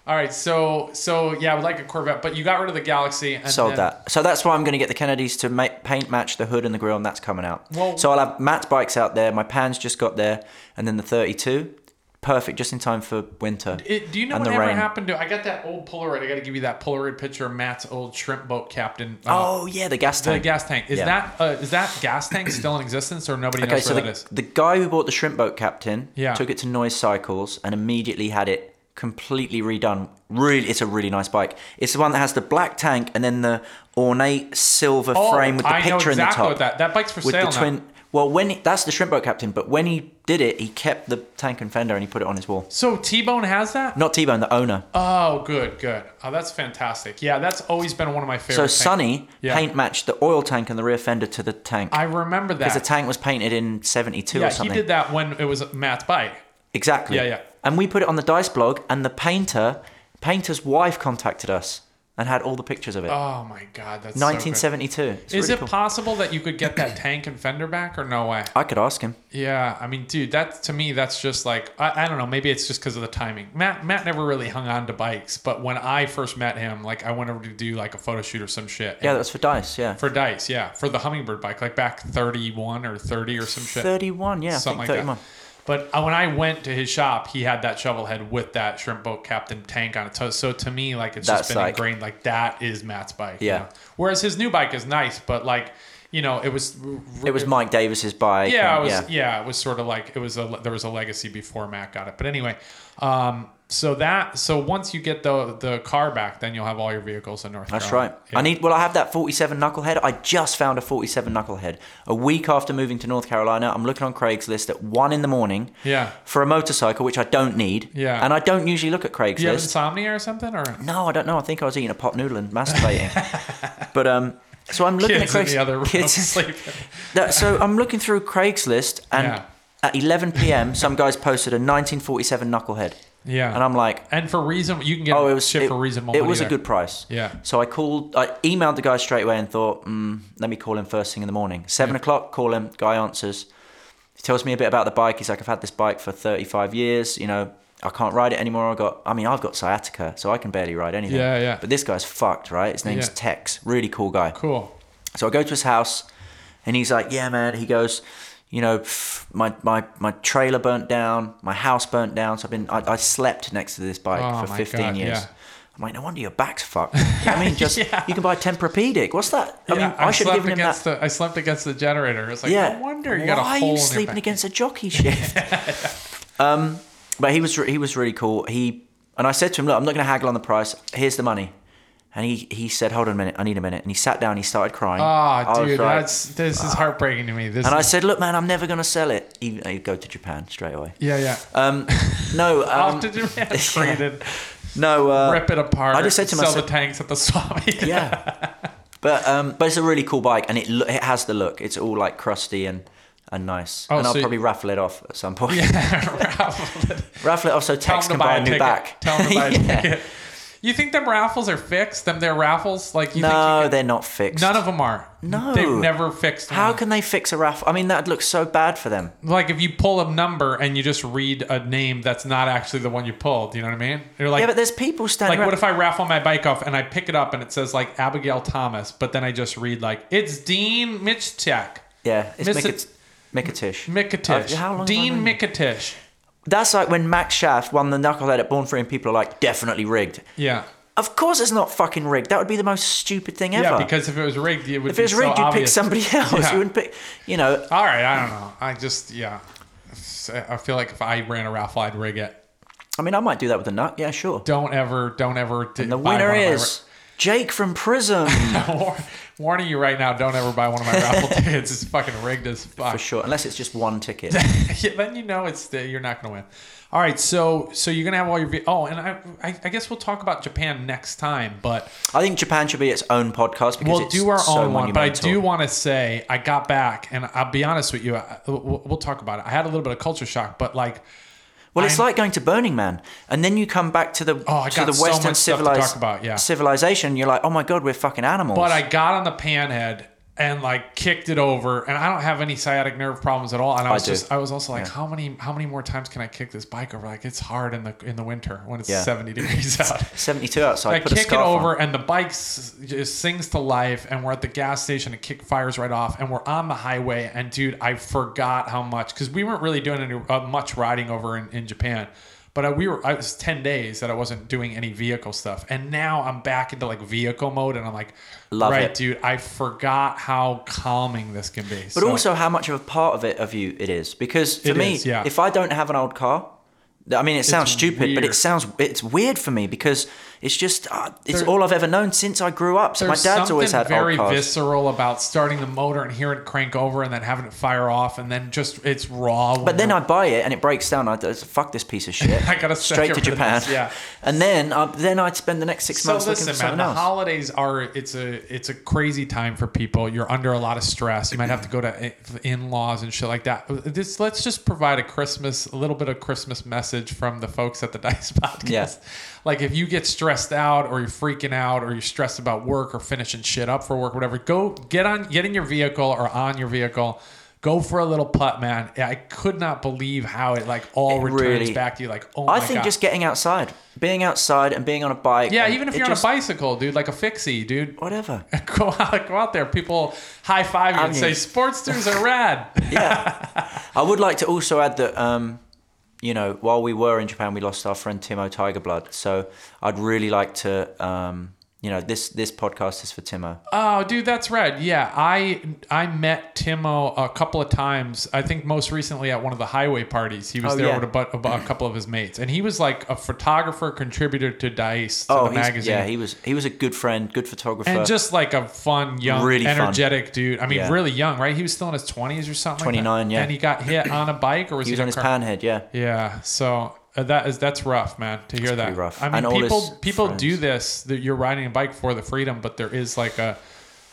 A: All right, so so yeah, I would like a Corvette, but you got rid of the Galaxy and
C: Sold
A: then-
C: that. So that's why I'm going to get the Kennedys to make, paint match the hood and the grille, and that's coming out.
A: Well-
C: so I'll have Matt's bikes out there. My Pan's just got there, and then the 32, perfect, just in time for winter.
A: It, do you know
C: And
A: what
C: the
A: ever
C: rain.
A: happened to? I got that old Polaroid. I got to give you that Polaroid picture of Matt's old shrimp boat captain. Uh,
C: oh yeah, the gas
A: the
C: tank.
A: gas tank. Is
C: Yeah.
A: that uh, is that gas tank still in existence, or nobody
C: okay,
A: knows
C: so
A: where that
C: the,
A: is?
C: the guy who bought the shrimp boat captain
A: Yeah.
C: took it to Noise Cycles and immediately had it completely redone. Really, it's a really nice bike. It's the one that has the black tank and then the ornate silver frame with the
A: Oh, I
C: picture
A: know
C: in
A: exactly
C: the top.
A: what that. That bike's for
C: with
A: sale
C: the twin.
A: now.
C: Well, when he, that's the shrimp boat captain, but when he did it, he kept the tank and fender and he put it on his wall.
A: So T Bone has that.
C: Not T Bone, the owner.
A: Oh, good, good. Oh, that's fantastic. Yeah, that's always been one of my favorite.
C: so
A: things.
C: Sonny
A: Yeah.
C: paint matched the oil tank and the rear fender to the tank.
A: I remember that.
C: because the tank was painted in 72
A: yeah,
C: or something.
A: he did that when it was Matt's bike.
C: Exactly.
A: Yeah, yeah.
C: And we put it on the Dice blog, and the painter, painter's wife contacted us and had all the pictures of it.
A: Oh my God, that's so good.
C: 1972. It's
A: Is
C: really
A: it
C: cool.
A: possible that you could get
C: [CLEARS THROAT]
A: that tank and fender back, or no way?
C: I could ask him.
A: Yeah, I mean, dude, that's to me, that's just like I, I don't know. Maybe it's just because of the timing. Matt Matt never really hung on to bikes, but when I first met him, like I went over to do like a photo shoot or some shit.
C: Yeah,
A: And
C: that was for Dice. Yeah.
A: for Dice, yeah, for the hummingbird bike, like back thirty one or thirty or some shit,
C: 31. Yeah,
A: something
C: I
A: like
C: think 31.
A: that. But uh, when I went to his shop, he had that shovel head with that shrimp boat captain tank on it. So, so to me, like it's
C: That's
A: just been
C: like-
A: ingrained. Like that is Matt's bike. you
C: Yeah.
A: know? Whereas his new bike is nice, but like you know, it was
C: It was Mike Davis's bike.
A: yeah,
C: and-
A: it was, yeah. it was sort of like it was a there was a legacy before Matt got it. But anyway, um, So that so once you get the the car back, then you'll have all your vehicles in North.
C: That's
A: Carolina.
C: right.
A: Yeah.
C: I need. Well, I have that 47 knucklehead. I just found a 47 knucklehead. A week after moving to North Carolina, I'm looking on Craigslist at one in the morning.
A: Yeah.
C: For a motorcycle, which I don't need.
A: Yeah.
C: And I don't usually look at
A: Do you have
C: Craigslist.
A: insomnia or something or
C: no, I don't know. I think I was eating a pot noodle and
A: [LAUGHS]
C: masturbating. but um, so I'm looking
A: kids
C: at
A: in
C: Craigslist.
A: the other room [LAUGHS]
C: Kids-
A: sleeping?
C: [LAUGHS] That- so I'm looking through Craigslist and
A: Yeah.
C: at 11 p.m. some guys posted a 1947 knucklehead,
A: Yeah.
C: and I'm like,
A: and for reason you can get
C: oh, it was
A: shit
C: it,
A: for reasonable.
C: It
A: money
C: was a
A: there.
C: good price.
A: Yeah.
C: So I called, I emailed the guy straight away and thought, mm, let me call him first thing in the morning. Seven o'clock, call him. Guy answers. He tells me a bit about the bike. He's like, I've had this bike for 35 years. You know, I can't ride it anymore. I got, I mean, I've got sciatica, so I can barely ride anything.
A: Yeah, yeah.
C: But this guy's fucked, right? His name's
A: Yeah.
C: Tex. Really cool guy.
A: Cool.
C: So I go to his house, and he's like, "Yeah, man." He goes, "You know, pff, my my my trailer burnt down, my house burnt down. So I've been I, I slept next to this bike
A: Oh
C: for
A: my
C: 15
A: God,
C: years."
A: yeah.
C: I'm like, "No wonder your back's fucked." I
A: [LAUGHS]
C: mean, just you can buy Tempur-Pedic. What's that? I mean,
A: Yeah,
C: I, should have
A: slept
C: given him
A: against
C: that.
A: The, I slept against the generator. It's like
C: yeah.
A: no wonder you
C: Why
A: got a hole
C: are you
A: in your
C: sleeping
A: back.
C: against a
A: [LAUGHS]
C: jockey shift? um, but he was re- he was really cool. He and I said to him, "Look, I'm not going to haggle on the price. Here's the money." And he, he said, "Hold on a minute, I need a minute." And he sat down. He started crying. I
A: Ah,
C: was
A: dude,
C: like,
A: that's this is heartbreaking to me. This
C: and I
A: is,
C: said, "Look, man, I'm never gonna sell it." He, he'd go to Japan straight away.
A: yeah, yeah.
C: Um, no,
A: [LAUGHS]
C: um, [LAUGHS]
A: After Japan
C: yeah.
A: traded,
C: no. Uh,
A: rip it apart.
C: I just said to
A: sell
C: myself-
A: the tanks at the swap. [LAUGHS]
C: yeah, but um, but it's a really cool bike, and it lo- it has the look. It's all like crusty and and nice.
A: Oh,
C: and I'll
A: so you-
C: probably raffle it off at some point.
A: Raffle.
C: [LAUGHS] raffle it off so
A: Tell
C: Tex
A: them to
C: can
A: buy
C: buy
A: a
C: a new
A: ticket.
C: back.
A: Tell them to buy a
C: [LAUGHS] Yeah.
A: ticket. You think them raffles are fixed? Them their raffles? Like you
C: No,
A: think you
C: they're not fixed.
A: can, none of them are.
C: No.
A: they've never fixed.
C: How
A: one.
C: can they fix a raffle? I mean, that'd look so bad for them.
A: like if you pull a number and you just read a name that's not actually the one you pulled. You know what I mean? You're like,
C: yeah, but there's people standing.
A: like what
C: around.
A: if I raffle my bike off and I pick it up and it says like Abigail Thomas, but then I just read like it's Dean Michtek.
C: yeah, it's
A: Mrs.
C: Mick- Micketish.
A: Mikatish.
C: Uh, how long have I
A: Dean
C: known you?
A: Mikatish.
C: That's like when Max Shaft won the knucklehead at Born Free, and people are like, definitely rigged.
A: Yeah.
C: Of course, it's not fucking rigged. That would be the most stupid thing ever.
A: Yeah, because if it was rigged, it would
C: if it was
A: be
C: rigged,
A: so
C: you'd
A: obvious.
C: pick somebody else.
A: Yeah.
C: You wouldn't pick, you know.
A: [LAUGHS] All right, I don't know. I just yeah. I feel like if I ran a raffle, I'd rig it.
C: I mean, I might do that with a nut. Yeah, sure.
A: Don't ever, don't ever. d-
C: The
A: buy
C: winner
A: one of my [LAUGHS]
C: is Jake from Prism
A: ra- War- warning you right now. Don't ever buy one of my raffle [LAUGHS] tickets. It's fucking rigged as fuck.
C: for sure. Unless it's just
A: [LAUGHS]
C: one ticket.
A: yeah, then you know it's the, you're not gonna win. All right, so so you're gonna have all your vi- oh, and I, I I guess we'll talk about Japan next time, but
C: I think Japan should be its own podcast because
A: we'll
C: it's
A: do our
C: so
A: own one. But I
C: monumental.
A: do want to say I got back, and I'll be honest with you. I, we'll, we'll talk about it. I had a little bit of culture shock, but like
C: Well, it's
A: I'm-
C: like going to Burning Man, and then you come back to the
A: Oh, I
C: to
A: got
C: the
A: so
C: Western
A: much stuff to
C: civilized
A: talk about, yeah.
C: civilization. You're like, oh my god, we're fucking animals.
A: But I got on the panhead and like kicked it over, and I don't have any sciatic nerve problems at all. And I was
C: do.
A: just, I was also like,
C: Yeah.
A: how many, how many more times can I kick this bike over? Like it's hard in the in the winter when it's
C: Yeah.
A: seventy degrees out.
C: Seventy-two outside.
A: I
C: put a
A: kick it
C: scarf on.
A: over, and the bike s- just sings to life. And we're at the gas station, and kick fires right off, and we're on the highway. And dude, I forgot how much because we weren't really doing any uh, much riding over in, in Japan. But I, we were. I was ten days that I wasn't doing any vehicle stuff, and now I'm back into like vehicle mode, and I'm like,
C: Love
A: right,
C: it.
A: dude, I forgot how calming this can be.
C: But also how much of a part of it of you it is. Because for
A: It
C: me,
A: is, yeah.
C: if I don't have an old car, th- I mean it sounds stupid, but
A: weird.
C: it sounds it's weird for me because it's just uh, it's
A: There-
C: all I've ever known since I grew up. So my
A: There's
C: dad's always
A: something
C: had
A: very
C: old cars.
A: visceral about starting the motor and hearing it crank over and then having it fire off and then just it's raw. when
C: but then
A: you're-
C: I buy it and it breaks down. I just fuck this
A: [LAUGHS]
C: piece of shit.
A: I gotta sell
C: straight
A: it
C: to
A: for the
C: Japan.
A: next- yeah.
C: and then I, then I'd spend the next six
A: So
C: months looking
A: listen,
C: for
A: man.
C: something
A: The
C: else.
A: holidays are it's a it's a crazy time for people. You're under a lot of stress. You might have to go to in laws and shit like that. This let's just provide a Christmas a little bit of Christmas message from the folks at the [LAUGHS] Dice Podcast.
C: Yeah.
A: Like if you get stressed out or you're freaking out or you're stressed about work or finishing shit up for work, whatever, go get on get in your vehicle or on your vehicle. Go for a little putt, man. I could not believe how it like all
C: It
A: returns
C: really-
A: back to you. Like, oh my
C: I think
A: God.
C: just getting outside, being outside, and being on a bike.
A: yeah,
C: and
A: even if
C: it
A: you're
C: just-
A: on a bicycle, dude, like a fixie, dude
C: whatever.
A: [LAUGHS] go out, go out there. People high five you
C: I
A: and say
C: mean-
A: "Sportsters are
C: [LAUGHS]
A: rad."
C: I would like to also add that, um, you know, while we were in Japan, we lost our friend Timo Tigerblood. So I'd really like to um, You know, this this podcast is for Timo.
A: Oh, dude, that's red. Yeah, I I met Timo a couple of times. I think most recently at one of the highway parties. He was
C: Oh,
A: there
C: yeah.
A: with a, bu- a bu- a couple of his mates, and he was like a photographer contributor to Dice to the
C: Oh, he's-
A: magazine.
C: yeah, he was he was a good friend, good photographer.
A: and just like a fun, young,
C: Really fun.
A: energetic dude. I mean,
C: Yeah.
A: really young, right? He was still in his twenties or something. like that.
C: 29, yeah.
A: And he got hit on a bike, or was he,
C: he was
A: in
C: on
A: a
C: his
A: car?
C: panhead, yeah.
A: Yeah, so uh, that is that's rough, man. To hear that,
C: pretty rough.
A: I mean,
C: And all his
A: people people do
C: friends.
A: this. That you're riding a bike for the freedom, but there is like a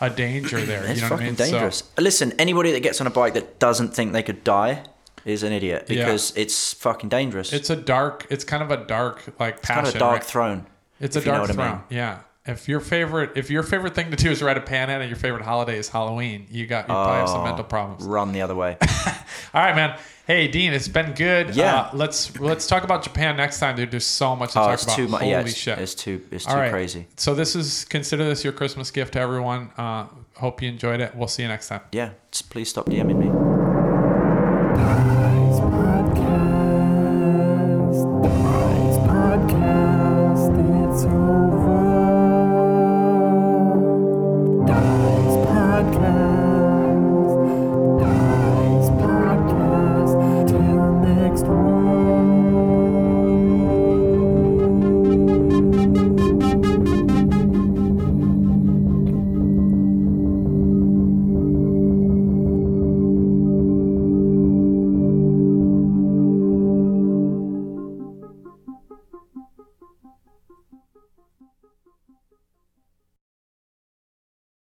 A: a
C: [CLEARS THROAT]
A: danger there.
C: It's
A: you know what I mean?
C: fucking dangerous.
A: So,
C: Listen, anybody that gets on a bike that doesn't think they could die is an idiot
A: Yeah.
C: because it's fucking dangerous.
A: it's a dark. It's kind of a dark like
C: kind
A: passion.
C: of a dark
A: right?
C: throne.
A: It's a
C: if you know
A: dark
C: what I
A: throne.
C: mean.
A: Yeah. If your favorite if your favorite thing to do is ride a panhead and your favorite holiday is Halloween, you got you probably have some
C: Oh,
A: mental problems.
C: Run the other way.
A: All right, man. Hey, Dean, it's been good.
C: Yeah.
A: Uh, let's let's talk about Japan next time, dude. There's so much to
C: Oh,
A: [LAUGHS] talk
C: it's
A: about.
C: too much.
A: Holy
C: Yeah, it's,
A: shit.
C: it's too it's too
A: All right.
C: crazy.
A: So this is consider this your Christmas gift to everyone. Uh, hope you enjoyed it. We'll see you next time.
C: Yeah, just please stop DMing me.
D: Dice Podcast. Dice Podcast. It's over.